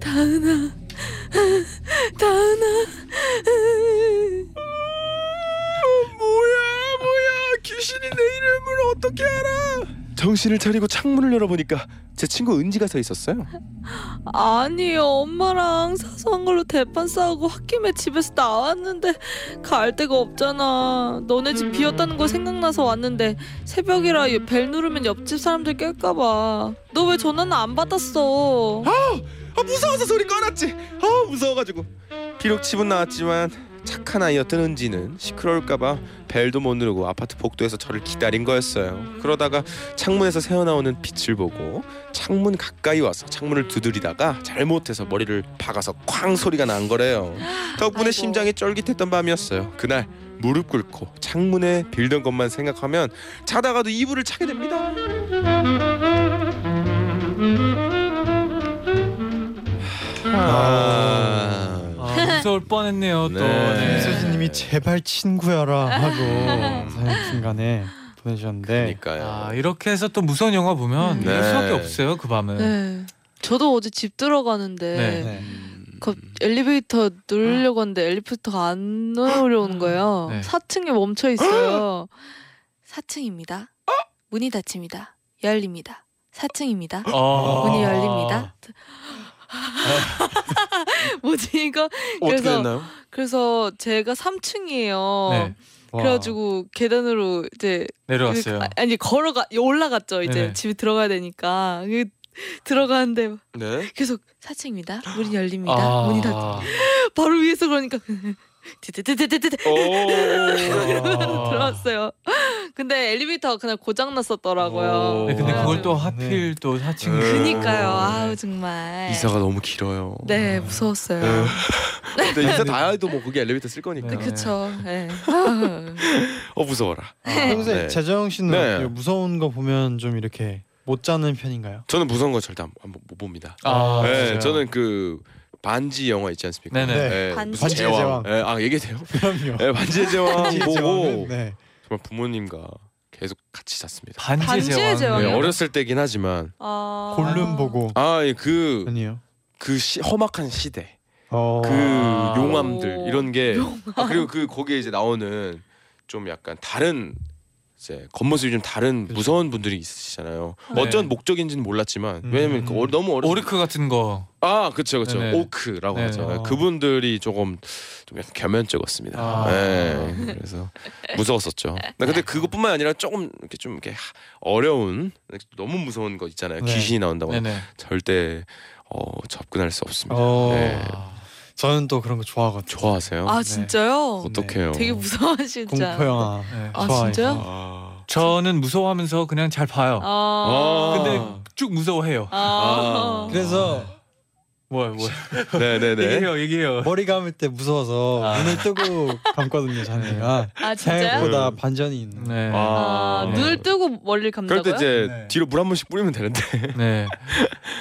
[SPEAKER 1] 다은아, 다은아.
[SPEAKER 8] 뭐야 뭐야 귀신이 내 이름을 어떻게 알아? 정신을 차리고 창문을 열어보니까 제 친구 은지가 서 있었어요.
[SPEAKER 1] 아니 엄마랑 사소한 걸로 대판 싸우고 홧김에 집에서 나왔는데 갈 데가 없잖아 너네 집 비었다는 거 생각나서 왔는데 새벽이라 벨 누르면 옆집 사람들 깰까봐 너 왜 전화는 안 받았어
[SPEAKER 8] 아 무서워서 소리 꺼놨지. 아 무서워가지고 비록 집은 나왔지만
[SPEAKER 7] 착한 아이였던 은지는 시끄러울까봐 벨도 못 누르고 아파트 복도에서 저를 기다린 거였어요. 그러다가 창문에서 새어나오는 빛을 보고 창문 가까이 와서 창문을 두드리다가 잘못해서 머리를 박아서 쾅 소리가 난 거래요. 덕분에
[SPEAKER 1] 아이고.
[SPEAKER 7] 심장이 쫄깃했던 밤이었어요. 그날 무릎 꿇고 창문에 빌던 것만 생각하면 자다가도 이불을 차게 됩니다.
[SPEAKER 2] 아,
[SPEAKER 7] 아.
[SPEAKER 3] 아, 무서울 뻔했네요. 또.
[SPEAKER 7] 네.
[SPEAKER 3] 네.
[SPEAKER 2] 김수진님이 제발 친구야라 하고 사연 중간에 보내주셨는데
[SPEAKER 7] 그러니까요.
[SPEAKER 3] 아, 이렇게 해서 또 무서운 영화 보면
[SPEAKER 7] 네.
[SPEAKER 3] 이럴 수밖에 없어요. 그 밤은.
[SPEAKER 1] 네. 저도 어제 집 들어가는데
[SPEAKER 3] 네.
[SPEAKER 2] 네.
[SPEAKER 1] 그
[SPEAKER 3] 음.
[SPEAKER 1] 엘리베이터 누르려고 하는데 엘리베이터가 안 내려오는 거예요.
[SPEAKER 3] 아. 네. 아!
[SPEAKER 1] 4층에 멈춰 있어요. 4층입니다. 문이 닫힙니다. 열립니다. 4층입니다.
[SPEAKER 3] 어.
[SPEAKER 1] 문이 열립니다.
[SPEAKER 3] 아.
[SPEAKER 1] 뭐지 이거?
[SPEAKER 7] 어떻게
[SPEAKER 1] 그래서-
[SPEAKER 7] 됐나요?
[SPEAKER 1] 그래서 제가 3층이에요.
[SPEAKER 3] 네.
[SPEAKER 2] 와.
[SPEAKER 1] 그래가지고 계단으로 이제
[SPEAKER 3] 내려왔어요.
[SPEAKER 1] 아, 아니 걸어가 올라갔죠. 이제
[SPEAKER 3] 네네.
[SPEAKER 1] 집에 들어가야 되니까 그- 들어가는데
[SPEAKER 7] 네.
[SPEAKER 1] 계속 4층입니다. 문이 열립니다.
[SPEAKER 3] 아.
[SPEAKER 1] 문이 닫 바로 위에서 그러니까 드드드드드드
[SPEAKER 3] 아.
[SPEAKER 1] 들어왔어요. 근데 엘리베이터가 그날 고장 났었더라고요.
[SPEAKER 3] 네, 근데 그걸 또
[SPEAKER 1] 그래가지고-
[SPEAKER 3] 하필 또 사칭.
[SPEAKER 7] 네.
[SPEAKER 1] 그니까요.
[SPEAKER 3] 네.
[SPEAKER 1] 아우 정말.
[SPEAKER 7] 이사가 너무 길어요.
[SPEAKER 1] 네 무서웠어요.
[SPEAKER 7] 근데 이사 다 해도 뭐 그게 엘리베이터 쓸 거니까.
[SPEAKER 3] 네.
[SPEAKER 1] 그쵸. 네.
[SPEAKER 7] 어 무서워라.
[SPEAKER 2] 아, 평소에
[SPEAKER 7] 네.
[SPEAKER 2] 재정 씨는
[SPEAKER 7] 네.
[SPEAKER 2] 어때요? 무서운 거 보면 좀 이렇게 못 자는 편인가요?
[SPEAKER 7] 저는 무서운 거 절대 안, 안- 못 봅니다.
[SPEAKER 3] 아,
[SPEAKER 7] 네,
[SPEAKER 3] 진짜요?
[SPEAKER 7] 저는 그 반지 영화 있지 않습니까?
[SPEAKER 3] 네네.
[SPEAKER 2] 네.
[SPEAKER 7] 네,
[SPEAKER 1] 반지.
[SPEAKER 7] 무슨
[SPEAKER 2] 반지의 제왕.
[SPEAKER 7] 네, 아 얘기해도 돼요?
[SPEAKER 2] 그럼요.
[SPEAKER 7] 네, 반지의 제왕
[SPEAKER 2] 진짜
[SPEAKER 7] 보고
[SPEAKER 2] 저는, 네.
[SPEAKER 7] 정말 부모님과 계속 같이 잤습니다.
[SPEAKER 3] 반지의
[SPEAKER 1] 반지의
[SPEAKER 3] 제왕.
[SPEAKER 7] 네,
[SPEAKER 1] 제왕이요?
[SPEAKER 7] 어렸을 때긴 하지만
[SPEAKER 1] 아...
[SPEAKER 2] 골룸 보고
[SPEAKER 7] 아그그
[SPEAKER 2] 아니요.
[SPEAKER 7] 험악한 시대,
[SPEAKER 2] 어.
[SPEAKER 7] 그
[SPEAKER 3] 아.
[SPEAKER 7] 용암들 이런 게
[SPEAKER 1] 용암.
[SPEAKER 7] 아, 그리고 그 거기에 이제 나오는 좀 약간 다른 이제 겉모습이 좀 다른 무서운 분들이 있으시잖아요. 어쩐 목적인지는 몰랐지만
[SPEAKER 2] 음.
[SPEAKER 7] 왜냐면 그 어- 너무 어렸
[SPEAKER 3] 오르크 같은 거.
[SPEAKER 7] 아, 그렇죠, 그렇죠.
[SPEAKER 3] 네네.
[SPEAKER 7] 오크라고
[SPEAKER 3] 네네.
[SPEAKER 7] 하죠.
[SPEAKER 2] 아.
[SPEAKER 7] 그분들이 조금 좀 약간 겸연쩍었습니다.
[SPEAKER 3] 아.
[SPEAKER 7] 네, 그래서 무서웠었죠. 나 근데 그것뿐만 아니라 조금 이렇게 좀 이렇게 하- 어려운 너무 무서운 거 있잖아요.
[SPEAKER 2] 네.
[SPEAKER 7] 귀신이 나온다고
[SPEAKER 3] 네네.
[SPEAKER 7] 절대 어, 접근할 수 없습니다.
[SPEAKER 2] 어.
[SPEAKER 7] 네.
[SPEAKER 2] 저는 또 그런 거 좋아하거든요.
[SPEAKER 7] 좋아하세요?
[SPEAKER 1] 아 진짜요?
[SPEAKER 7] 어떡해요?
[SPEAKER 1] 네. 되게 무서워하시죠.
[SPEAKER 2] 공포 영화.
[SPEAKER 3] 네.
[SPEAKER 1] 아
[SPEAKER 2] 좋아해요.
[SPEAKER 1] 진짜요?
[SPEAKER 7] 아.
[SPEAKER 3] 저는 무서워하면서 그냥 잘 봐요.
[SPEAKER 1] 아.
[SPEAKER 3] 근데 쭉 무서워해요.
[SPEAKER 1] 아.
[SPEAKER 2] 그래서
[SPEAKER 3] 뭐야 뭐야.
[SPEAKER 7] 네, 네, 네.
[SPEAKER 3] 얘기해요 얘기해요.
[SPEAKER 2] 머리 감을 때 무서워서
[SPEAKER 3] 아.
[SPEAKER 2] 눈을 뜨고 감거든요, 자네가.
[SPEAKER 1] 아 진짜요?
[SPEAKER 2] 생각보다 반전이 있는.
[SPEAKER 3] 네.
[SPEAKER 1] 아,
[SPEAKER 3] 네.
[SPEAKER 1] 눈을 뜨고 멀리
[SPEAKER 7] 그럴 때
[SPEAKER 1] 감다고요?
[SPEAKER 7] 이제
[SPEAKER 2] 네.
[SPEAKER 7] 뒤로 물 한 번씩 뿌리면 되는데.
[SPEAKER 3] 네.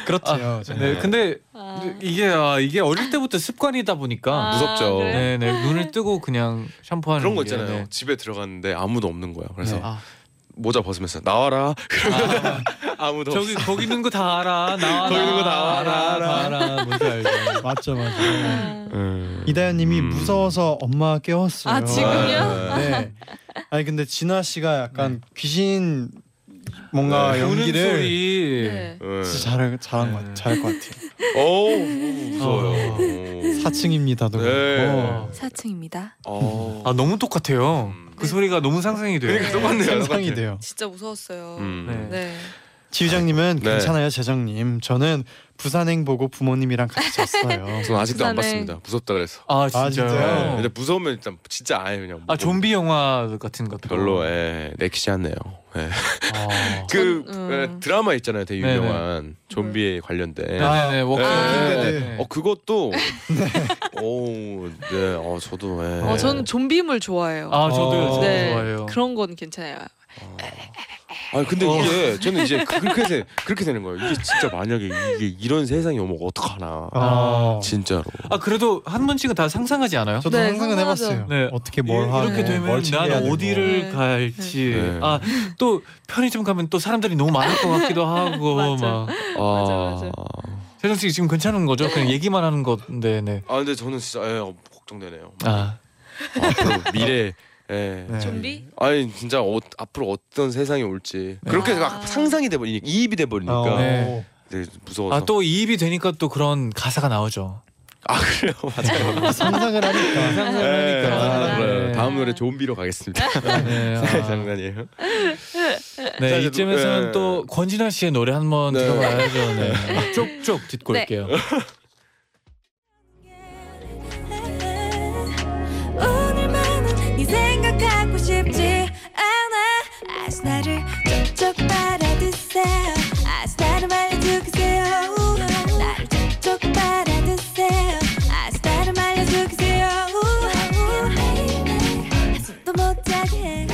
[SPEAKER 2] 그렇대요.
[SPEAKER 3] 네. 근데
[SPEAKER 1] 아.
[SPEAKER 3] 이게 아, 이게 어릴 때부터 습관이다 보니까
[SPEAKER 1] 아,
[SPEAKER 7] 무섭죠.
[SPEAKER 1] 그래요?
[SPEAKER 3] 네, 네. 눈을 뜨고 그냥 샴푸하는
[SPEAKER 7] 그런 거
[SPEAKER 3] 게,
[SPEAKER 7] 있잖아요.
[SPEAKER 3] 네.
[SPEAKER 7] 집에 들어갔는데 아무도 없는 거야. 그래서
[SPEAKER 3] 아,
[SPEAKER 7] 모자 벗으면서 나와라. 그러면 아무도
[SPEAKER 3] 저기 거기 있는 거 다 알아. 나와.
[SPEAKER 7] 거기 있는 거다 알아,
[SPEAKER 3] 다
[SPEAKER 2] 알아. 뭔지 알죠. 맞죠, 맞죠.
[SPEAKER 7] 음.
[SPEAKER 2] 이다현님이
[SPEAKER 7] 음.
[SPEAKER 2] 무서워서 엄마 깨웠어요.
[SPEAKER 1] 아, 지금요?
[SPEAKER 2] 네. 아니 근데 진아 씨가 약간 귀신 뭔가
[SPEAKER 7] 네.
[SPEAKER 3] 우는
[SPEAKER 2] 연기를
[SPEAKER 3] 소리.
[SPEAKER 1] 네.
[SPEAKER 7] 네.
[SPEAKER 2] 진짜 잘 잘한 것
[SPEAKER 3] 네.
[SPEAKER 2] 같- 잘할 것 같아요.
[SPEAKER 7] 오 무서워요.
[SPEAKER 3] 어.
[SPEAKER 2] 4층입니다도
[SPEAKER 7] 네.
[SPEAKER 2] 그렇고
[SPEAKER 1] 4층입니다.
[SPEAKER 7] 어.
[SPEAKER 3] 아 너무 똑같아요.
[SPEAKER 7] 음.
[SPEAKER 3] 그 소리가 너무 상상이 돼요.
[SPEAKER 7] 그러니까 똑같네요.
[SPEAKER 2] 상상이
[SPEAKER 7] 똑같아요.
[SPEAKER 2] 돼요.
[SPEAKER 1] 진짜 무서웠어요.
[SPEAKER 7] 음.
[SPEAKER 3] 네.
[SPEAKER 1] 네.
[SPEAKER 2] 지휘장님은
[SPEAKER 7] 네.
[SPEAKER 2] 괜찮아요, 재정님. 저는 부산행 보고 부모님이랑 같이 잤어요.
[SPEAKER 7] 저는 아직도 안
[SPEAKER 1] 부산에-
[SPEAKER 7] 봤습니다. 무섭다 그래서. 네.
[SPEAKER 3] 아
[SPEAKER 2] 진짜요?
[SPEAKER 3] 진짜요?
[SPEAKER 2] 어.
[SPEAKER 7] 근데 무서우면 일단 진짜 아예 그냥
[SPEAKER 3] 아 좀비 영화 같은 것도
[SPEAKER 7] 별로 예, 내키지 않네요. 예.
[SPEAKER 3] 아.
[SPEAKER 7] 그
[SPEAKER 1] 전-
[SPEAKER 7] 예,
[SPEAKER 1] 음.
[SPEAKER 7] 드라마 있잖아요, 되게
[SPEAKER 3] 네네. 아,
[SPEAKER 7] 유명한 좀비에 관련된.
[SPEAKER 3] 네네네 워킹
[SPEAKER 7] 네.
[SPEAKER 3] 데드.
[SPEAKER 2] 네.
[SPEAKER 7] 어 그것도. 오, 네, 어 저도. 예.
[SPEAKER 1] 어, 저는 좀비물 좋아해요.
[SPEAKER 3] 아 저도
[SPEAKER 2] 어.
[SPEAKER 3] 저도
[SPEAKER 1] 네.
[SPEAKER 3] 좋아해요.
[SPEAKER 1] 그런 건 괜찮아요.
[SPEAKER 7] 아 근데
[SPEAKER 1] 어.
[SPEAKER 7] 이게 저는 이제 그렇게 되, 그렇게 되는 거예요. 이게 진짜 만약에 이게 이런 세상이 오면 어떡하나.
[SPEAKER 2] 아,
[SPEAKER 7] 진짜로.
[SPEAKER 3] 아 그래도 한 번씩은 다 상상하지 않아요?
[SPEAKER 2] 저도
[SPEAKER 1] 네,
[SPEAKER 2] 상상은
[SPEAKER 1] 상상하죠.
[SPEAKER 2] 해봤어요.
[SPEAKER 3] 네.
[SPEAKER 2] 어떻게 뭘
[SPEAKER 3] 이-
[SPEAKER 2] 하고
[SPEAKER 3] 이렇게 되면
[SPEAKER 2] 뭘 챙겨야
[SPEAKER 3] 난
[SPEAKER 2] 되고.
[SPEAKER 3] 어디를
[SPEAKER 1] 네.
[SPEAKER 3] 갈지
[SPEAKER 7] 네.
[SPEAKER 3] 아 또 편의점 가면 또 사람들이 너무 많을 것 같기도 하고
[SPEAKER 1] 맞아요.
[SPEAKER 3] 막
[SPEAKER 1] 맞아,
[SPEAKER 3] 세정 씨 지금 괜찮은 거죠? 그냥 얘기만 하는 건데 네.
[SPEAKER 7] 아 근데 저는 진짜 예, 어, 걱정되네요.
[SPEAKER 3] 아
[SPEAKER 7] 아, 앞으로 미래. 예.
[SPEAKER 3] 네.
[SPEAKER 1] 좀비?
[SPEAKER 7] 아니 진짜 어, 앞으로 어떤 세상이 올지
[SPEAKER 3] 네.
[SPEAKER 7] 그렇게
[SPEAKER 1] 아.
[SPEAKER 7] 막 상상이 돼버리니까 이입이 돼버리니까
[SPEAKER 2] 어.
[SPEAKER 3] 네.
[SPEAKER 7] 되게 무서워서.
[SPEAKER 3] 아 또 이입이 되니까 또 그런 가사가 나오죠.
[SPEAKER 7] 아, 그래요 맞아요.
[SPEAKER 2] 상상을 하니까.
[SPEAKER 7] 네,
[SPEAKER 1] 그러니까.
[SPEAKER 7] 그래요.
[SPEAKER 3] 네.
[SPEAKER 7] 다음 노래 좀비로 가겠습니다.
[SPEAKER 3] 네, 아,
[SPEAKER 7] 장난이에요. 자,
[SPEAKER 3] 네
[SPEAKER 7] 이제
[SPEAKER 3] 이쯤에서는
[SPEAKER 7] 네.
[SPEAKER 3] 또 권진아 씨의 노래 한번
[SPEAKER 7] 네.
[SPEAKER 3] 들어봐야죠. 네. 쪽쪽 듣고
[SPEAKER 1] 네.
[SPEAKER 3] 올게요.
[SPEAKER 4] 오 쉽지 않아 아스 나를 쪽쪽 바라드세요 아스 나를 말려주세요 나를 쪽쪽 바라드세요 아스 나를 말려주세요 한숨도 못 자게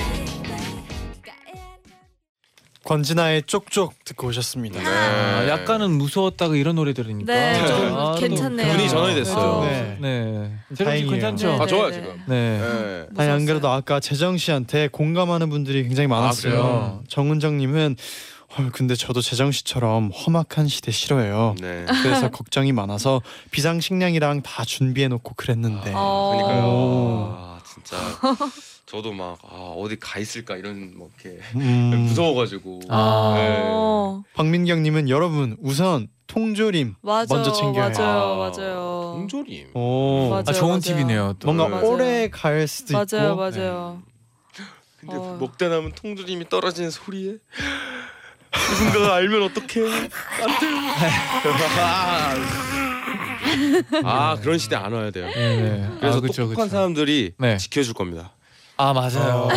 [SPEAKER 2] 권진아의 쪽쪽 듣고 오셨습니다.
[SPEAKER 7] 네.
[SPEAKER 3] 아, 약간은 무서웠다가 이런 노래 들으니까
[SPEAKER 1] 네, 좀
[SPEAKER 3] 아, 또
[SPEAKER 1] 괜찮네요.
[SPEAKER 7] 분위기 전환이 됐어요.
[SPEAKER 2] 네.
[SPEAKER 3] 네, 재롱 씨
[SPEAKER 2] 다행이에요.
[SPEAKER 3] 괜찮죠?
[SPEAKER 7] 아
[SPEAKER 1] 네,
[SPEAKER 7] 좋아요
[SPEAKER 1] 네.
[SPEAKER 7] 지금.
[SPEAKER 3] 네.
[SPEAKER 7] 네.
[SPEAKER 2] 아니 안 그래도 아까 재정 씨한테 공감하는 분들이 굉장히 많았어요.
[SPEAKER 3] 그래요?
[SPEAKER 2] 정은정님은 헐 근데 저도 재정 씨처럼 험악한 시대 싫어해요.
[SPEAKER 7] 네.
[SPEAKER 2] 그래서 걱정이 많아서 비상식량이랑 다 준비해놓고 그랬는데
[SPEAKER 7] 아.
[SPEAKER 1] 어.
[SPEAKER 7] 그러니까요. 아, 진짜 저도 막 아, 어디 가 있을까 이런 뭐 이렇게
[SPEAKER 2] 음,
[SPEAKER 7] 무서워가지고. 네.
[SPEAKER 3] 아.
[SPEAKER 1] 어,
[SPEAKER 2] 박민경님은 여러분 우선 통조림
[SPEAKER 1] 맞아,
[SPEAKER 2] 먼저 챙겨요.
[SPEAKER 1] 맞아요, 맞아요.
[SPEAKER 7] 공조림.
[SPEAKER 2] 어. 오,
[SPEAKER 3] 아,
[SPEAKER 1] 맞아요,
[SPEAKER 3] 좋은
[SPEAKER 1] 맞아요.
[SPEAKER 3] 팁이네요. 또.
[SPEAKER 2] 뭔가
[SPEAKER 7] 맞아요.
[SPEAKER 2] 오래 갈 수도
[SPEAKER 1] 맞아요,
[SPEAKER 2] 있고
[SPEAKER 1] 맞아요.
[SPEAKER 7] 근데 뭐
[SPEAKER 1] 어.
[SPEAKER 7] 먹다 남은 통조림이 떨어지는 소리에 누군가가 알면 어떡해. 안 돼. 아 그런 시대 안 와야 돼요.
[SPEAKER 3] 네.
[SPEAKER 7] 그래서
[SPEAKER 3] 아, 그쵸,
[SPEAKER 7] 똑똑한
[SPEAKER 3] 그쵸.
[SPEAKER 7] 사람들이
[SPEAKER 3] 네.
[SPEAKER 7] 지켜줄 겁니다.
[SPEAKER 3] 아 맞아요.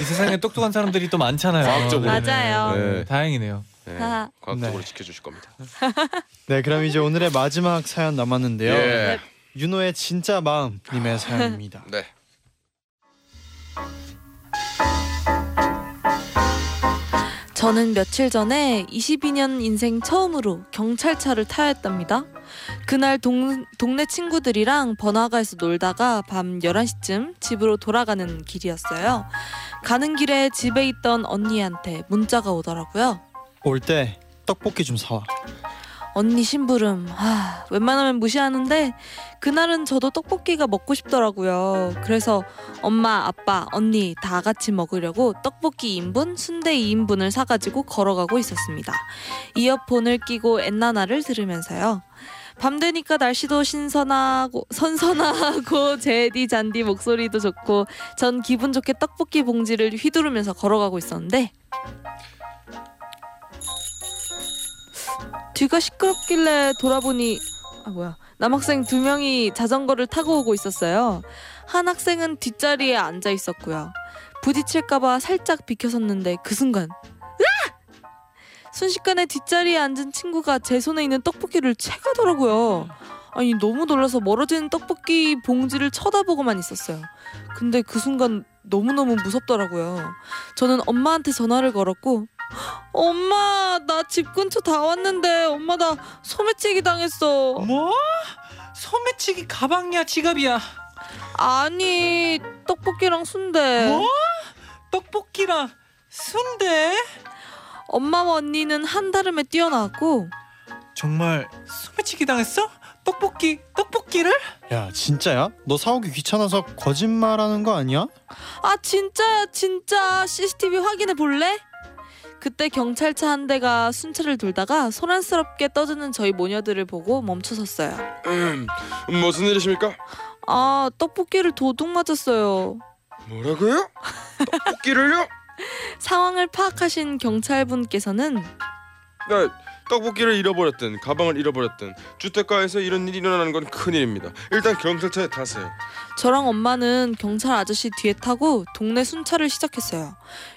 [SPEAKER 3] 이 세상에 똑똑한 사람들이 또 많잖아요.
[SPEAKER 7] 과학적으로.
[SPEAKER 3] 네, 네.
[SPEAKER 1] 맞아요.
[SPEAKER 7] 네.
[SPEAKER 3] 다행이네요.
[SPEAKER 7] 네,
[SPEAKER 1] 하하.
[SPEAKER 7] 과학적으로
[SPEAKER 2] 네.
[SPEAKER 7] 지켜주실 겁니다.
[SPEAKER 2] 네 그럼 이제 오늘의 마지막 사연 남았는데요
[SPEAKER 7] 예.
[SPEAKER 2] 윤호의 진짜 마음님의 사연입니다
[SPEAKER 7] 네.
[SPEAKER 1] 저는 며칠 전에 22년 인생 처음으로 경찰차를 타였답니다. 그날 동, 동네 친구들이랑 번화가에서 놀다가 밤 11시쯤 집으로 돌아가는 길이었어요. 가는 길에 집에 있던 언니한테 문자가 오더라고요.
[SPEAKER 2] 올 때 떡볶이 좀 사와
[SPEAKER 1] 언니 심부름 아 웬만하면 무시하는데 그날은 저도 떡볶이가 먹고 싶더라고요 그래서 엄마 아빠 언니 다 같이 먹으려고 떡볶이 2인분 순대 2인분을 사가지고 걸어가고 있었습니다 이어폰을 끼고 엔나나를 들으면서요 밤 되니까 날씨도 신선하고 선선하고 제디 잔디 목소리도 좋고 전 기분 좋게 떡볶이 봉지를 휘두르면서 걸어가고 있었는데 뒤가 시끄럽길래 돌아보니 아 뭐야 남학생 두 명이 자전거를 타고 오고 있었어요. 한 학생은 뒷자리에 앉아 있었고요. 부딪힐까봐 살짝 비켜섰는데 그 순간 으악! 순식간에 뒷자리에 앉은 친구가 제 손에 있는 떡볶이를 채가더라고요. 아니 너무 놀라서 멀어지는 떡볶이 봉지를 쳐다보고만 있었어요. 근데 그 순간 너무너무 무섭더라고요. 저는 엄마한테 전화를 걸었고 엄마 나 집 근처 다 왔는데 엄마 나 소매치기 당했어
[SPEAKER 3] 뭐? 소매치기 가방이야 지갑이야.
[SPEAKER 1] 아니 떡볶이랑 순대
[SPEAKER 3] 떡볶이랑 순대?
[SPEAKER 1] 엄마와 언니는 한다름에 뛰어나왔고
[SPEAKER 3] 정말 소매치기 당했어? 떡볶이 떡볶이를?
[SPEAKER 2] 야 진짜야? 너 사오기 귀찮아서 거짓말하는 거 아니야?
[SPEAKER 1] 아 진짜야 진짜 CCTV 확인해 볼래? 그때 경찰차 한 대가 순찰을 돌다가 소란스럽게 떠드는 저희 모녀들을 보고 멈춰섰어요
[SPEAKER 7] 음, 무슨 일이십니까?
[SPEAKER 1] 아 떡볶이를 도둑 맞았어요
[SPEAKER 7] 뭐라고요? 떡볶이를요?
[SPEAKER 1] 상황을 파악하신 경찰분께서는
[SPEAKER 7] 네, 떡볶이를 잃어버렸든 가방을 잃어버렸든 주택가에서 이런 일이 일어나는 건 큰일입니다. 일단 경찰차에 타세요.
[SPEAKER 1] 저랑 엄마는 경찰 아저씨 뒤에 타고 동네 순찰을 시작했어요.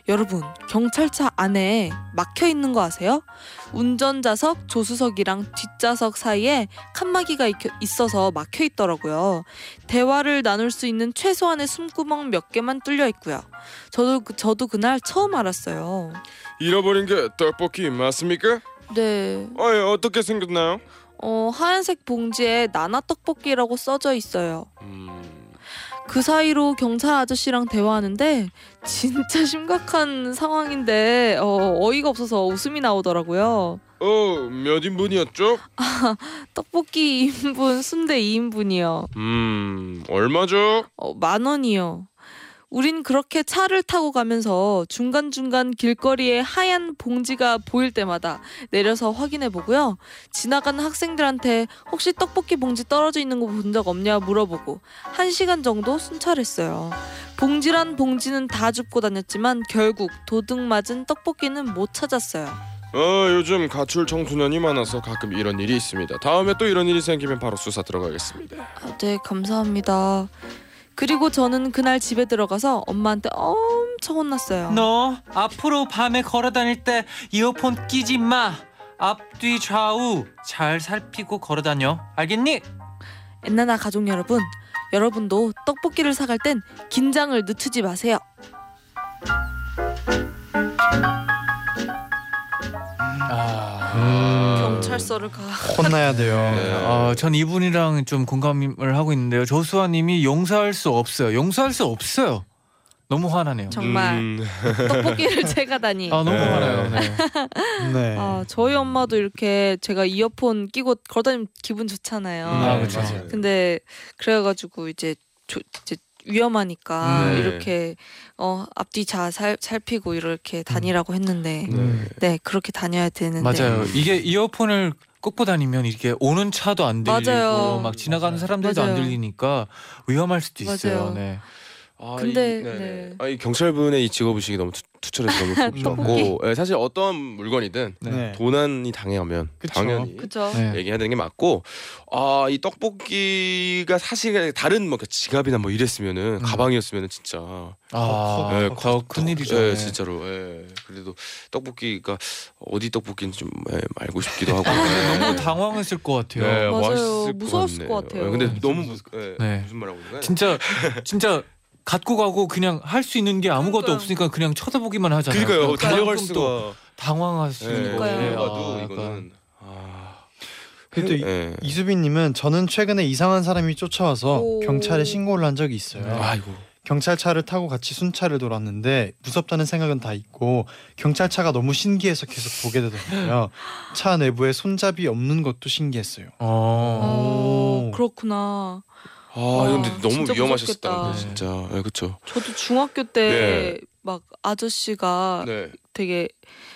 [SPEAKER 1] 여러분, 경찰차 안에 막혀 있는 거 아세요? 운전자석, 조수석이랑 뒷좌석 사이에 칸막이가 익혀- 있어서 막혀 있더라고요. 대화를 나눌 수 있는 최소한의 숨구멍 몇 개만 뚫려 있고요. 저도 그- 저도 그날 처음 알았어요.
[SPEAKER 7] 잃어버린 게 떡볶이 맞습니까?
[SPEAKER 1] 네.
[SPEAKER 7] 아예 어떻게 생겼나요?
[SPEAKER 1] 어, 하얀색 봉지에 나나 떡볶이라고 써져 있어요.
[SPEAKER 7] 음,
[SPEAKER 1] 그 사이로 경찰 아저씨랑 대화하는데 진짜 심각한 상황인데 어, 어이가 없어서 웃음이 나오더라고요.
[SPEAKER 7] 어몇 인분이었죠?
[SPEAKER 1] 떡볶이 2인분, 순대 2인분이요.
[SPEAKER 7] 음 얼마죠?
[SPEAKER 1] 어, 만 원이요. 우린 그렇게 차를 타고 가면서 중간중간 길거리에 하얀 봉지가 보일 때마다 내려서 확인해 보고요. 지나가는 학생들한테 혹시 떡볶이 봉지 떨어져 있는 거 본 적 없냐 물어보고 한시간 정도 순찰했어요. 봉지란 봉지는 다 줍고 다녔지만 결국 도둑 맞은 떡볶이는 못 찾았어요.
[SPEAKER 7] 어 요즘 가출 청소년이 많아서 가끔 이런 일이 있습니다. 다음에 또 이런 일이 생기면 바로 수사 들어가겠습니다.
[SPEAKER 1] 아, 네, 감사합니다. 그리고 저는 그날 집에 들어가서 엄마한테 엄청 혼났어요.
[SPEAKER 3] 너 앞으로 밤에 걸어 다닐 때 이어폰 끼지 마. 앞뒤 좌우 잘 살피고 걸어 다녀. 알겠니?
[SPEAKER 1] 엔나나 가족 여러분, 여러분도 떡볶이를 사갈 땐 긴장을 늦추지 마세요.
[SPEAKER 3] 아,
[SPEAKER 1] 경찰서를 가.
[SPEAKER 2] 혼나야 돼요.
[SPEAKER 7] 네.
[SPEAKER 3] 어, 전 이분이랑 좀 공감을 하고 있는데요. 조수아님이 용서할 수 없어요. 용서할 수 없어요. 너무 화나네요.
[SPEAKER 1] 정말
[SPEAKER 7] 음,
[SPEAKER 1] 떡볶이를 제가 다니.
[SPEAKER 3] 아 너무
[SPEAKER 7] 네.
[SPEAKER 3] 화나요. 네.
[SPEAKER 2] 네.
[SPEAKER 1] 아, 저희 엄마도 이렇게 제가 이어폰 끼고 걸다니면 기분 좋잖아요.
[SPEAKER 3] 아,
[SPEAKER 7] 네,
[SPEAKER 3] 그쵸.
[SPEAKER 7] 맞아요.
[SPEAKER 1] 근데 그래가지고 이제, 조, 이제 위험하니까
[SPEAKER 3] 음,
[SPEAKER 7] 네.
[SPEAKER 1] 이렇게 어, 앞뒤 잘 살, 살피고 이렇게 다니라고 했는데
[SPEAKER 7] 네.
[SPEAKER 1] 네 그렇게 다녀야 되는데
[SPEAKER 3] 음. 맞아요. 이게 이어폰을 꽂고 다니면 이렇게 오는 차도 안 들리고
[SPEAKER 1] 맞아요.
[SPEAKER 3] 막 지나가는 사람들도
[SPEAKER 1] 맞아요.
[SPEAKER 3] 안 들리니까 위험할 수도 있어요.
[SPEAKER 1] 맞아요.
[SPEAKER 3] 네.
[SPEAKER 7] 아,
[SPEAKER 1] 근데,
[SPEAKER 7] 이,
[SPEAKER 1] 네.
[SPEAKER 7] 아, 이 경찰분의 이 직업의식이 너무 투, 투철해서 너무 부럽고 예, 사실 어떤 물건이든
[SPEAKER 2] 네.
[SPEAKER 7] 도난이 당하면
[SPEAKER 2] 그쵸.
[SPEAKER 7] 당연히
[SPEAKER 1] 그쵸
[SPEAKER 3] 네.
[SPEAKER 7] 얘기해야 되는 게 맞고 아 이 떡볶이가 사실 다른 뭐그 지갑이나 뭐 이랬으면은 가방이었으면은 진짜
[SPEAKER 3] 아,
[SPEAKER 7] 예,
[SPEAKER 3] 더 큰일이죠.
[SPEAKER 7] 예,
[SPEAKER 3] 네.
[SPEAKER 7] 진짜로 예. 그래도 떡볶이가 어디 떡볶이인지 좀 예, 알고 싶기도 하고
[SPEAKER 3] 너무
[SPEAKER 7] 예.
[SPEAKER 3] 당황했을 것 같아요.
[SPEAKER 7] 네,
[SPEAKER 1] 맞아요.
[SPEAKER 7] 맛있을
[SPEAKER 1] 무서웠을 것 같아요.
[SPEAKER 7] 예, 근데
[SPEAKER 3] 네,
[SPEAKER 7] 너무 무서... 예,
[SPEAKER 3] 네.
[SPEAKER 7] 무슨 말하고 있는 거야?
[SPEAKER 3] 진짜 진짜 갖고 가고 그냥 할 수 있는 게 아무것도
[SPEAKER 1] 그러니까요.
[SPEAKER 3] 없으니까 그냥 쳐다보기만 하잖아요.
[SPEAKER 7] 그러니까요. 달려갈
[SPEAKER 3] 그만큼 또
[SPEAKER 7] 수가
[SPEAKER 3] 당황하시는
[SPEAKER 1] 그러니까요.
[SPEAKER 3] 거예요.
[SPEAKER 7] 도
[SPEAKER 3] 아,
[SPEAKER 7] 이거는 아.
[SPEAKER 2] 근데 또 이-
[SPEAKER 7] 예.
[SPEAKER 2] 이수빈님은 저는 최근에 이상한 사람이 쫓아와서
[SPEAKER 1] 오.
[SPEAKER 2] 경찰에 신고를 한 적이
[SPEAKER 7] 네.
[SPEAKER 2] 있어요.
[SPEAKER 7] 아이고.
[SPEAKER 2] 경찰차를 타고 같이 순찰을 돌았는데 무섭다는 생각은 다 있고 경찰차가 너무 신기해서 계속 보게 되더라고요. 차 내부에 손잡이 없는 것도 신기했어요.
[SPEAKER 3] 어.
[SPEAKER 1] 오, 그렇구나
[SPEAKER 7] 아, 근데 너무
[SPEAKER 1] 진짜
[SPEAKER 7] 위험하셨다는 거
[SPEAKER 3] 무섭겠다.
[SPEAKER 7] 진짜. 예, 그렇죠.
[SPEAKER 1] 저도 중학교 때
[SPEAKER 3] 네.
[SPEAKER 1] 막 아저씨가
[SPEAKER 7] 네.
[SPEAKER 1] 되게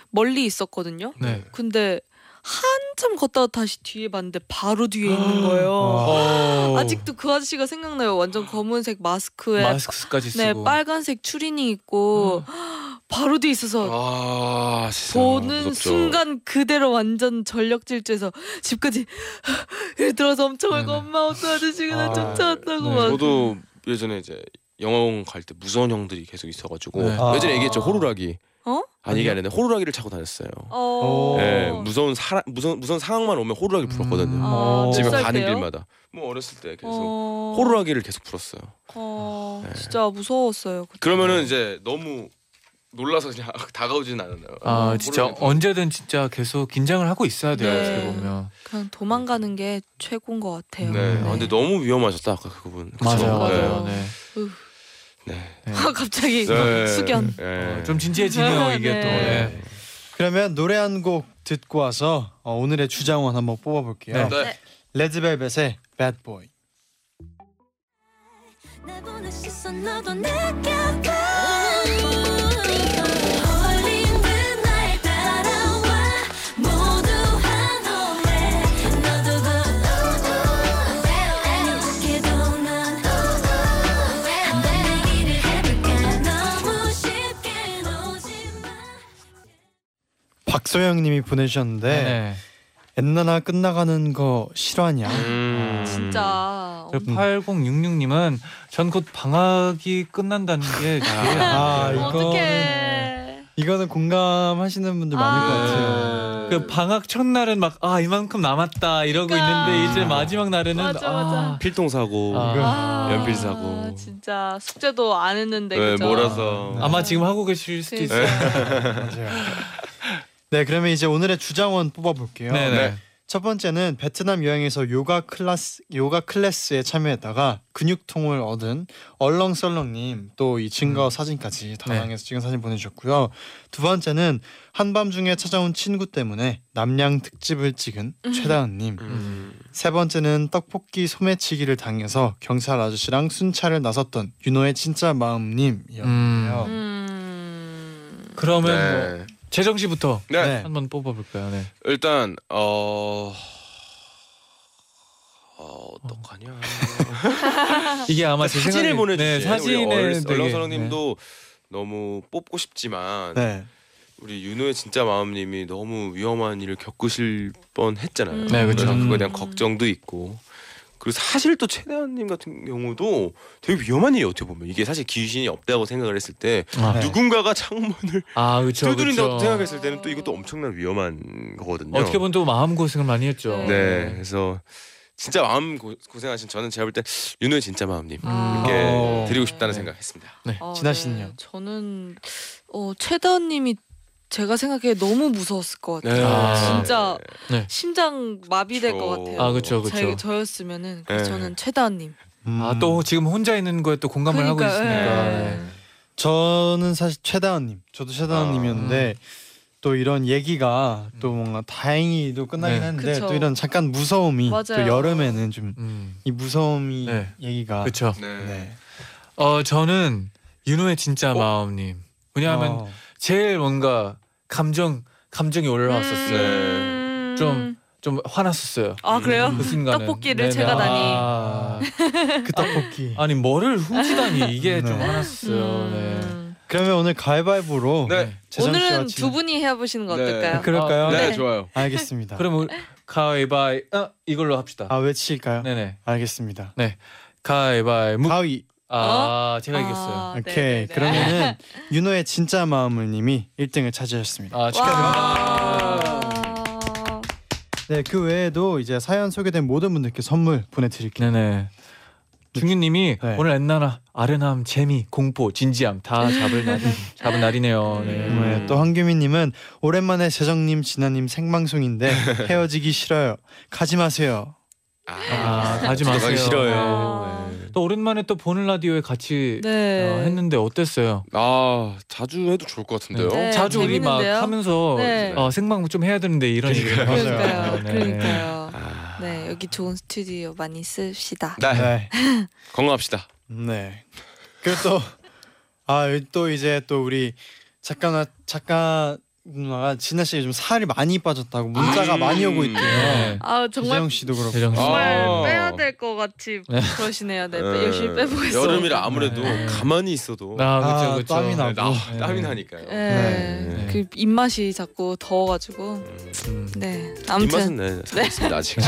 [SPEAKER 1] 멀리 있었거든요
[SPEAKER 3] 네.
[SPEAKER 1] 근데 한참 걷다가 다시 뒤에 봤는데 바로 뒤에
[SPEAKER 7] 아.
[SPEAKER 1] 있는 거예요
[SPEAKER 3] 어.
[SPEAKER 1] 아직도 그 아저씨가 생각나요 완전 검은색 마스크에
[SPEAKER 3] 마스크까지
[SPEAKER 1] 네
[SPEAKER 3] 쓰고.
[SPEAKER 1] 빨간색 추리닝 입고 바로 뒤에 있어서
[SPEAKER 7] 음. 아, 진짜
[SPEAKER 1] 보는
[SPEAKER 7] 무섭죠.
[SPEAKER 1] 순간 그대로 완전 전력 질주해서 집까지 이렇게 들어서 엄청 울고
[SPEAKER 3] 네네.
[SPEAKER 1] 엄마 어떤 아저씨가 나
[SPEAKER 7] 음. 아,
[SPEAKER 1] 쫓아왔다고
[SPEAKER 3] 네.
[SPEAKER 1] 막
[SPEAKER 7] 저도 예전에 이제 영화관 갈 때 무서운 형들이 계속 있어가지고 그
[SPEAKER 3] 네.
[SPEAKER 2] 아.
[SPEAKER 7] 예전에 얘기했죠 호루라기.
[SPEAKER 1] 어?
[SPEAKER 7] 아니 얘기 안 했는데 호루라기를 차고 다녔어요.
[SPEAKER 1] 어.
[SPEAKER 2] 오.
[SPEAKER 7] 예, 무서운 사람 무서운 무서운 상황만 오면 호루라기 불었거든요.
[SPEAKER 1] 아, 몇
[SPEAKER 7] 집에
[SPEAKER 1] 살
[SPEAKER 7] 가는
[SPEAKER 1] 때요?
[SPEAKER 7] 길마다. 음. 뭐 어렸을 때 계속
[SPEAKER 1] 어.
[SPEAKER 7] 호루라기를 계속 불었어요.
[SPEAKER 1] 어,
[SPEAKER 7] 네.
[SPEAKER 1] 진짜 무서웠어요. 그때.
[SPEAKER 7] 그러면은 이제 너무 놀라서 그냥 다가오지는 않았나요?
[SPEAKER 3] 아 진짜 언제든 진짜 계속 긴장을 하고 있어야 돼요.
[SPEAKER 1] 네.
[SPEAKER 3] 어떻게 보면.
[SPEAKER 1] 그냥 도망가는 게 최고인 것 같아요.
[SPEAKER 7] 네. 아,
[SPEAKER 3] 네.
[SPEAKER 7] 근데 너무 위험하셨다 아까 그분. 그쵸?
[SPEAKER 3] 맞아요.
[SPEAKER 1] 맞아요.
[SPEAKER 3] 맞아요. 네.
[SPEAKER 7] 네.
[SPEAKER 3] 네.
[SPEAKER 1] 아, 갑자기
[SPEAKER 7] 네.
[SPEAKER 1] 숙연.
[SPEAKER 7] 네.
[SPEAKER 3] 어, 좀 진지해지네요 이게
[SPEAKER 1] 네.
[SPEAKER 3] 또. 네.
[SPEAKER 2] 그러면 노래 한 곡 듣고 와서 어, 오늘의 주장원 한번 뽑아볼게요.
[SPEAKER 7] 네.
[SPEAKER 2] 레드벨벳의 Bad Boy.
[SPEAKER 4] 날 보는 시선 너도 느껴봐 어린 그날 따라와 모두 한 올래 너도 그 아닌 척해도 난 한번 얘기를 해볼까 너무 쉽게 놓지마
[SPEAKER 2] 박소영님이 보내주셨는데
[SPEAKER 3] 네.
[SPEAKER 2] 엔나나 끝나가는 거 실화냐?
[SPEAKER 7] 음.
[SPEAKER 1] 진짜. 어,
[SPEAKER 3] 그 8066님은 전 곧 방학이 끝난다는 게 제일
[SPEAKER 2] 아,
[SPEAKER 3] 아쉬워요.
[SPEAKER 2] 이거-
[SPEAKER 1] 어떡해.
[SPEAKER 2] 이거는 공감하시는 분들 많을 것 같아요.
[SPEAKER 7] 네.
[SPEAKER 3] 그 방학 첫날은 막 아 이만큼 남았다 이러고
[SPEAKER 1] 그러니까.
[SPEAKER 3] 있는데 이제 마지막 날에는
[SPEAKER 1] 맞아, 맞아.
[SPEAKER 7] 필통 사고.
[SPEAKER 3] 아,
[SPEAKER 1] 아,
[SPEAKER 7] 연필 사고.
[SPEAKER 1] 진짜 숙제도 안 했는데
[SPEAKER 7] 네,
[SPEAKER 1] 그죠?
[SPEAKER 7] 몰아서. 네.
[SPEAKER 3] 아, 마 지금 하고 계실
[SPEAKER 1] 네.
[SPEAKER 3] 수도 있어요.
[SPEAKER 2] 맞아요. 네, 그러면 이제 오늘의 주장원 뽑아볼게요.
[SPEAKER 3] 네, 네.
[SPEAKER 2] 첫 번째는 베트남 여행에서 요가 클래스 요가 클래스에 참여했다가 근육통을 얻은 얼렁썰렁님 또 이 증거
[SPEAKER 3] 음.
[SPEAKER 2] 사진까지
[SPEAKER 3] 네.
[SPEAKER 2] 당황해서 찍은 사진 보내주셨고요. 두 번째는 한밤중에 찾아온 친구 때문에 남양 특집을 찍은 최다은님.
[SPEAKER 7] 음.
[SPEAKER 2] 세 번째는 떡볶이 소매치기를 당해서 경찰 아저씨랑 순찰을 나섰던 윤호의 진짜 마음님이었고요.
[SPEAKER 3] 음.
[SPEAKER 1] 음.
[SPEAKER 3] 그러면 뭐
[SPEAKER 7] 네.
[SPEAKER 3] 재정 씨부터
[SPEAKER 7] 네.
[SPEAKER 2] 네.
[SPEAKER 3] 한번 뽑아볼까요? 네.
[SPEAKER 7] 일단 어. 어 어떡하냐.
[SPEAKER 3] 이게 아마 제
[SPEAKER 7] 사진을
[SPEAKER 3] 생각에-
[SPEAKER 7] 보내주신
[SPEAKER 3] 네, 사진에 되게- 네.
[SPEAKER 7] 얼렁서렁님도 너무 뽑고 싶지만
[SPEAKER 2] 네.
[SPEAKER 7] 우리 윤호의 진짜 마음님이 너무 위험한 일을 겪으실 뻔 했잖아요.
[SPEAKER 1] 음.
[SPEAKER 3] 네, 그쵸.
[SPEAKER 7] 그래서 그거에 대한
[SPEAKER 1] 음.
[SPEAKER 7] 걱정도 있고 그리고 사실 또 최대한님 같은 경우도 되게 위험한 일이 어떻게 보면 이게 사실 귀신이 없다고 생각을 했을 때
[SPEAKER 2] 네.
[SPEAKER 7] 누군가가 창문을
[SPEAKER 3] 아 그렇죠
[SPEAKER 7] 두드린다고
[SPEAKER 3] 그렇죠.
[SPEAKER 7] 생각했을 때는 또 이것도 엄청난 위험한 거거든요.
[SPEAKER 3] 어떻게 보면 또 마음 고생을 많이 했죠.
[SPEAKER 7] 네, 그래서 진짜 마음 고, 생하신 저는 제가 볼 때 윤우의 진짜 마음님
[SPEAKER 1] 아.
[SPEAKER 7] 이렇게
[SPEAKER 2] 어.
[SPEAKER 7] 드리고 싶다는
[SPEAKER 2] 네.
[SPEAKER 7] 생각했습니다.
[SPEAKER 1] 아,
[SPEAKER 2] 진아 씨는요?
[SPEAKER 1] 저는 어, 최다은님이 제가 생각해 너무 무서웠을 것 같아요.
[SPEAKER 7] 네.
[SPEAKER 3] 아.
[SPEAKER 1] 진짜
[SPEAKER 3] 네.
[SPEAKER 1] 심장 마비될 것
[SPEAKER 7] 그렇죠.
[SPEAKER 1] 같아요.
[SPEAKER 3] 아 그렇죠 그렇죠.
[SPEAKER 1] 제, 저였으면은 그래서
[SPEAKER 7] 네.
[SPEAKER 1] 저는 최다은님.
[SPEAKER 2] 음.
[SPEAKER 3] 아 또 지금 혼자 있는 거에 또 공감을 하고 있으니까.
[SPEAKER 1] 예.
[SPEAKER 3] 네.
[SPEAKER 2] 저는 사실 최다은님, 저도 최다은님이었는데 또 이런 얘기가 또 뭔가 다행히도 끝나긴
[SPEAKER 3] 네.
[SPEAKER 2] 했는데
[SPEAKER 1] 그쵸.
[SPEAKER 2] 또 이런 잠깐 무서움이 또
[SPEAKER 1] 맞아요.
[SPEAKER 2] 여름에는 좀 이
[SPEAKER 3] 음.
[SPEAKER 2] 무서움이
[SPEAKER 3] 네.
[SPEAKER 2] 얘기가
[SPEAKER 3] 그렇죠.
[SPEAKER 2] 네.
[SPEAKER 3] 어 저는 윤호의
[SPEAKER 7] 어?
[SPEAKER 3] 진짜 마음님. 왜냐하면
[SPEAKER 2] 어,
[SPEAKER 3] 제일 뭔가 감정 감정이 올라왔었어요.
[SPEAKER 1] 음.
[SPEAKER 3] 좀- 좀 화났었어요.
[SPEAKER 1] 아 그래요?
[SPEAKER 3] 그 순간에
[SPEAKER 1] 떡볶이를 제가 다니.
[SPEAKER 3] 아,
[SPEAKER 2] 그 떡볶이.
[SPEAKER 3] 아니 뭐를 훔치다니 이게 좀
[SPEAKER 2] 네.
[SPEAKER 3] 화났어요. 네.
[SPEAKER 1] 음.
[SPEAKER 2] 그러면 오늘 가위바위보로
[SPEAKER 7] 네.
[SPEAKER 2] 재정 씨와
[SPEAKER 1] 오늘은
[SPEAKER 2] 진아-
[SPEAKER 1] 두 분이 해보시는 거
[SPEAKER 7] 네.
[SPEAKER 1] 어떨까요?
[SPEAKER 2] 그럴까요?
[SPEAKER 3] 아,
[SPEAKER 7] 네,
[SPEAKER 1] 네.
[SPEAKER 7] 좋아요.
[SPEAKER 2] 알겠습니다.
[SPEAKER 3] 그럼 우리 가위바위 어, 이걸로 합시다.
[SPEAKER 2] 아 외칠까요?
[SPEAKER 3] 네네.
[SPEAKER 2] 알겠습니다.
[SPEAKER 3] 가위바위 무.
[SPEAKER 2] 가위.
[SPEAKER 3] 아 제가 이겼어요.
[SPEAKER 1] 아,
[SPEAKER 2] 오케이.
[SPEAKER 1] 네네네.
[SPEAKER 2] 그러면은 윤호의 진짜 마음을 님이 1등을 차지하셨습니다.
[SPEAKER 3] 아
[SPEAKER 1] 와.
[SPEAKER 3] 축하드립니다.
[SPEAKER 2] 네, 그 외에도 이제 사연 소개된 모든 분들께 선물 보내드릴게요.
[SPEAKER 3] 네네. 중윤님이
[SPEAKER 2] 네.
[SPEAKER 3] 오늘 엔나나 아련함 재미 공포 진지함 다 잡을 날 잡은 날이네요. 네.
[SPEAKER 2] 네, 또 황규민님은 오랜만에 재정님, 진아님 생방송인데 헤어지기 싫어요. 가지 마세요.
[SPEAKER 3] 아 가지
[SPEAKER 7] 저도
[SPEAKER 3] 마세요.
[SPEAKER 7] 가기 싫어요.
[SPEAKER 1] 아.
[SPEAKER 7] 네.
[SPEAKER 3] 또 오랜만에 또 보는 라디오에 같이
[SPEAKER 1] 네.
[SPEAKER 3] 어, 했는데 어땠어요?
[SPEAKER 7] 아 자주 해도 좋을 것 같은데요.
[SPEAKER 1] 네.
[SPEAKER 3] 자주 우리 막
[SPEAKER 1] 재밌는데요?
[SPEAKER 3] 하면서
[SPEAKER 1] 네.
[SPEAKER 3] 어, 생방 좀 해야 되는데 이런 얘기를
[SPEAKER 1] 그러니까요.
[SPEAKER 3] 하잖아요. 네.
[SPEAKER 1] 그러니까요.
[SPEAKER 7] 아.
[SPEAKER 1] 네 여기 좋은 스튜디오 많이 쓰시다.
[SPEAKER 7] 네.
[SPEAKER 2] 네,
[SPEAKER 7] 건강합시다.
[SPEAKER 2] 네. 그리고 또 아, 또 이제 또 우리 작가나 작가 누나가 진아 씨가 좀 살이 많이 빠졌다고 문자가
[SPEAKER 7] 음.
[SPEAKER 2] 많이 오고 있대요.
[SPEAKER 3] 네.
[SPEAKER 1] 아
[SPEAKER 2] 아, 재정
[SPEAKER 1] 정말
[SPEAKER 2] 씨도
[SPEAKER 3] 재정
[SPEAKER 2] 그렇고.
[SPEAKER 3] 씨.
[SPEAKER 1] 정말
[SPEAKER 7] 아.
[SPEAKER 1] 빼야 될 것 같이 그러시네요. 네,
[SPEAKER 7] 네.
[SPEAKER 1] 열심히 빼보겠습니다.
[SPEAKER 7] 여름이라 아무래도
[SPEAKER 3] 네.
[SPEAKER 7] 가만히 있어도
[SPEAKER 3] 아, 그렇죠,
[SPEAKER 2] 아,
[SPEAKER 3] 그렇죠.
[SPEAKER 2] 땀이 나고.
[SPEAKER 7] 나,
[SPEAKER 3] 네.
[SPEAKER 7] 땀이 나니까요.
[SPEAKER 1] 네.
[SPEAKER 3] 네.
[SPEAKER 1] 그 입맛이 자꾸 더워가지고
[SPEAKER 3] 음.
[SPEAKER 1] 네
[SPEAKER 7] 입맛은
[SPEAKER 1] 아무튼
[SPEAKER 7] 네, 살겠습니다 아직.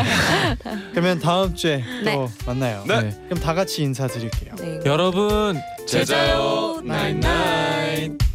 [SPEAKER 2] 그러면 다음 주에 또
[SPEAKER 1] 네.
[SPEAKER 2] 만나요.
[SPEAKER 7] 네.
[SPEAKER 2] 그럼 다 같이 인사드릴게요.
[SPEAKER 1] 네.
[SPEAKER 3] 여러분
[SPEAKER 7] 제자요
[SPEAKER 1] 나잇나잇.
[SPEAKER 3] 나잇나잇.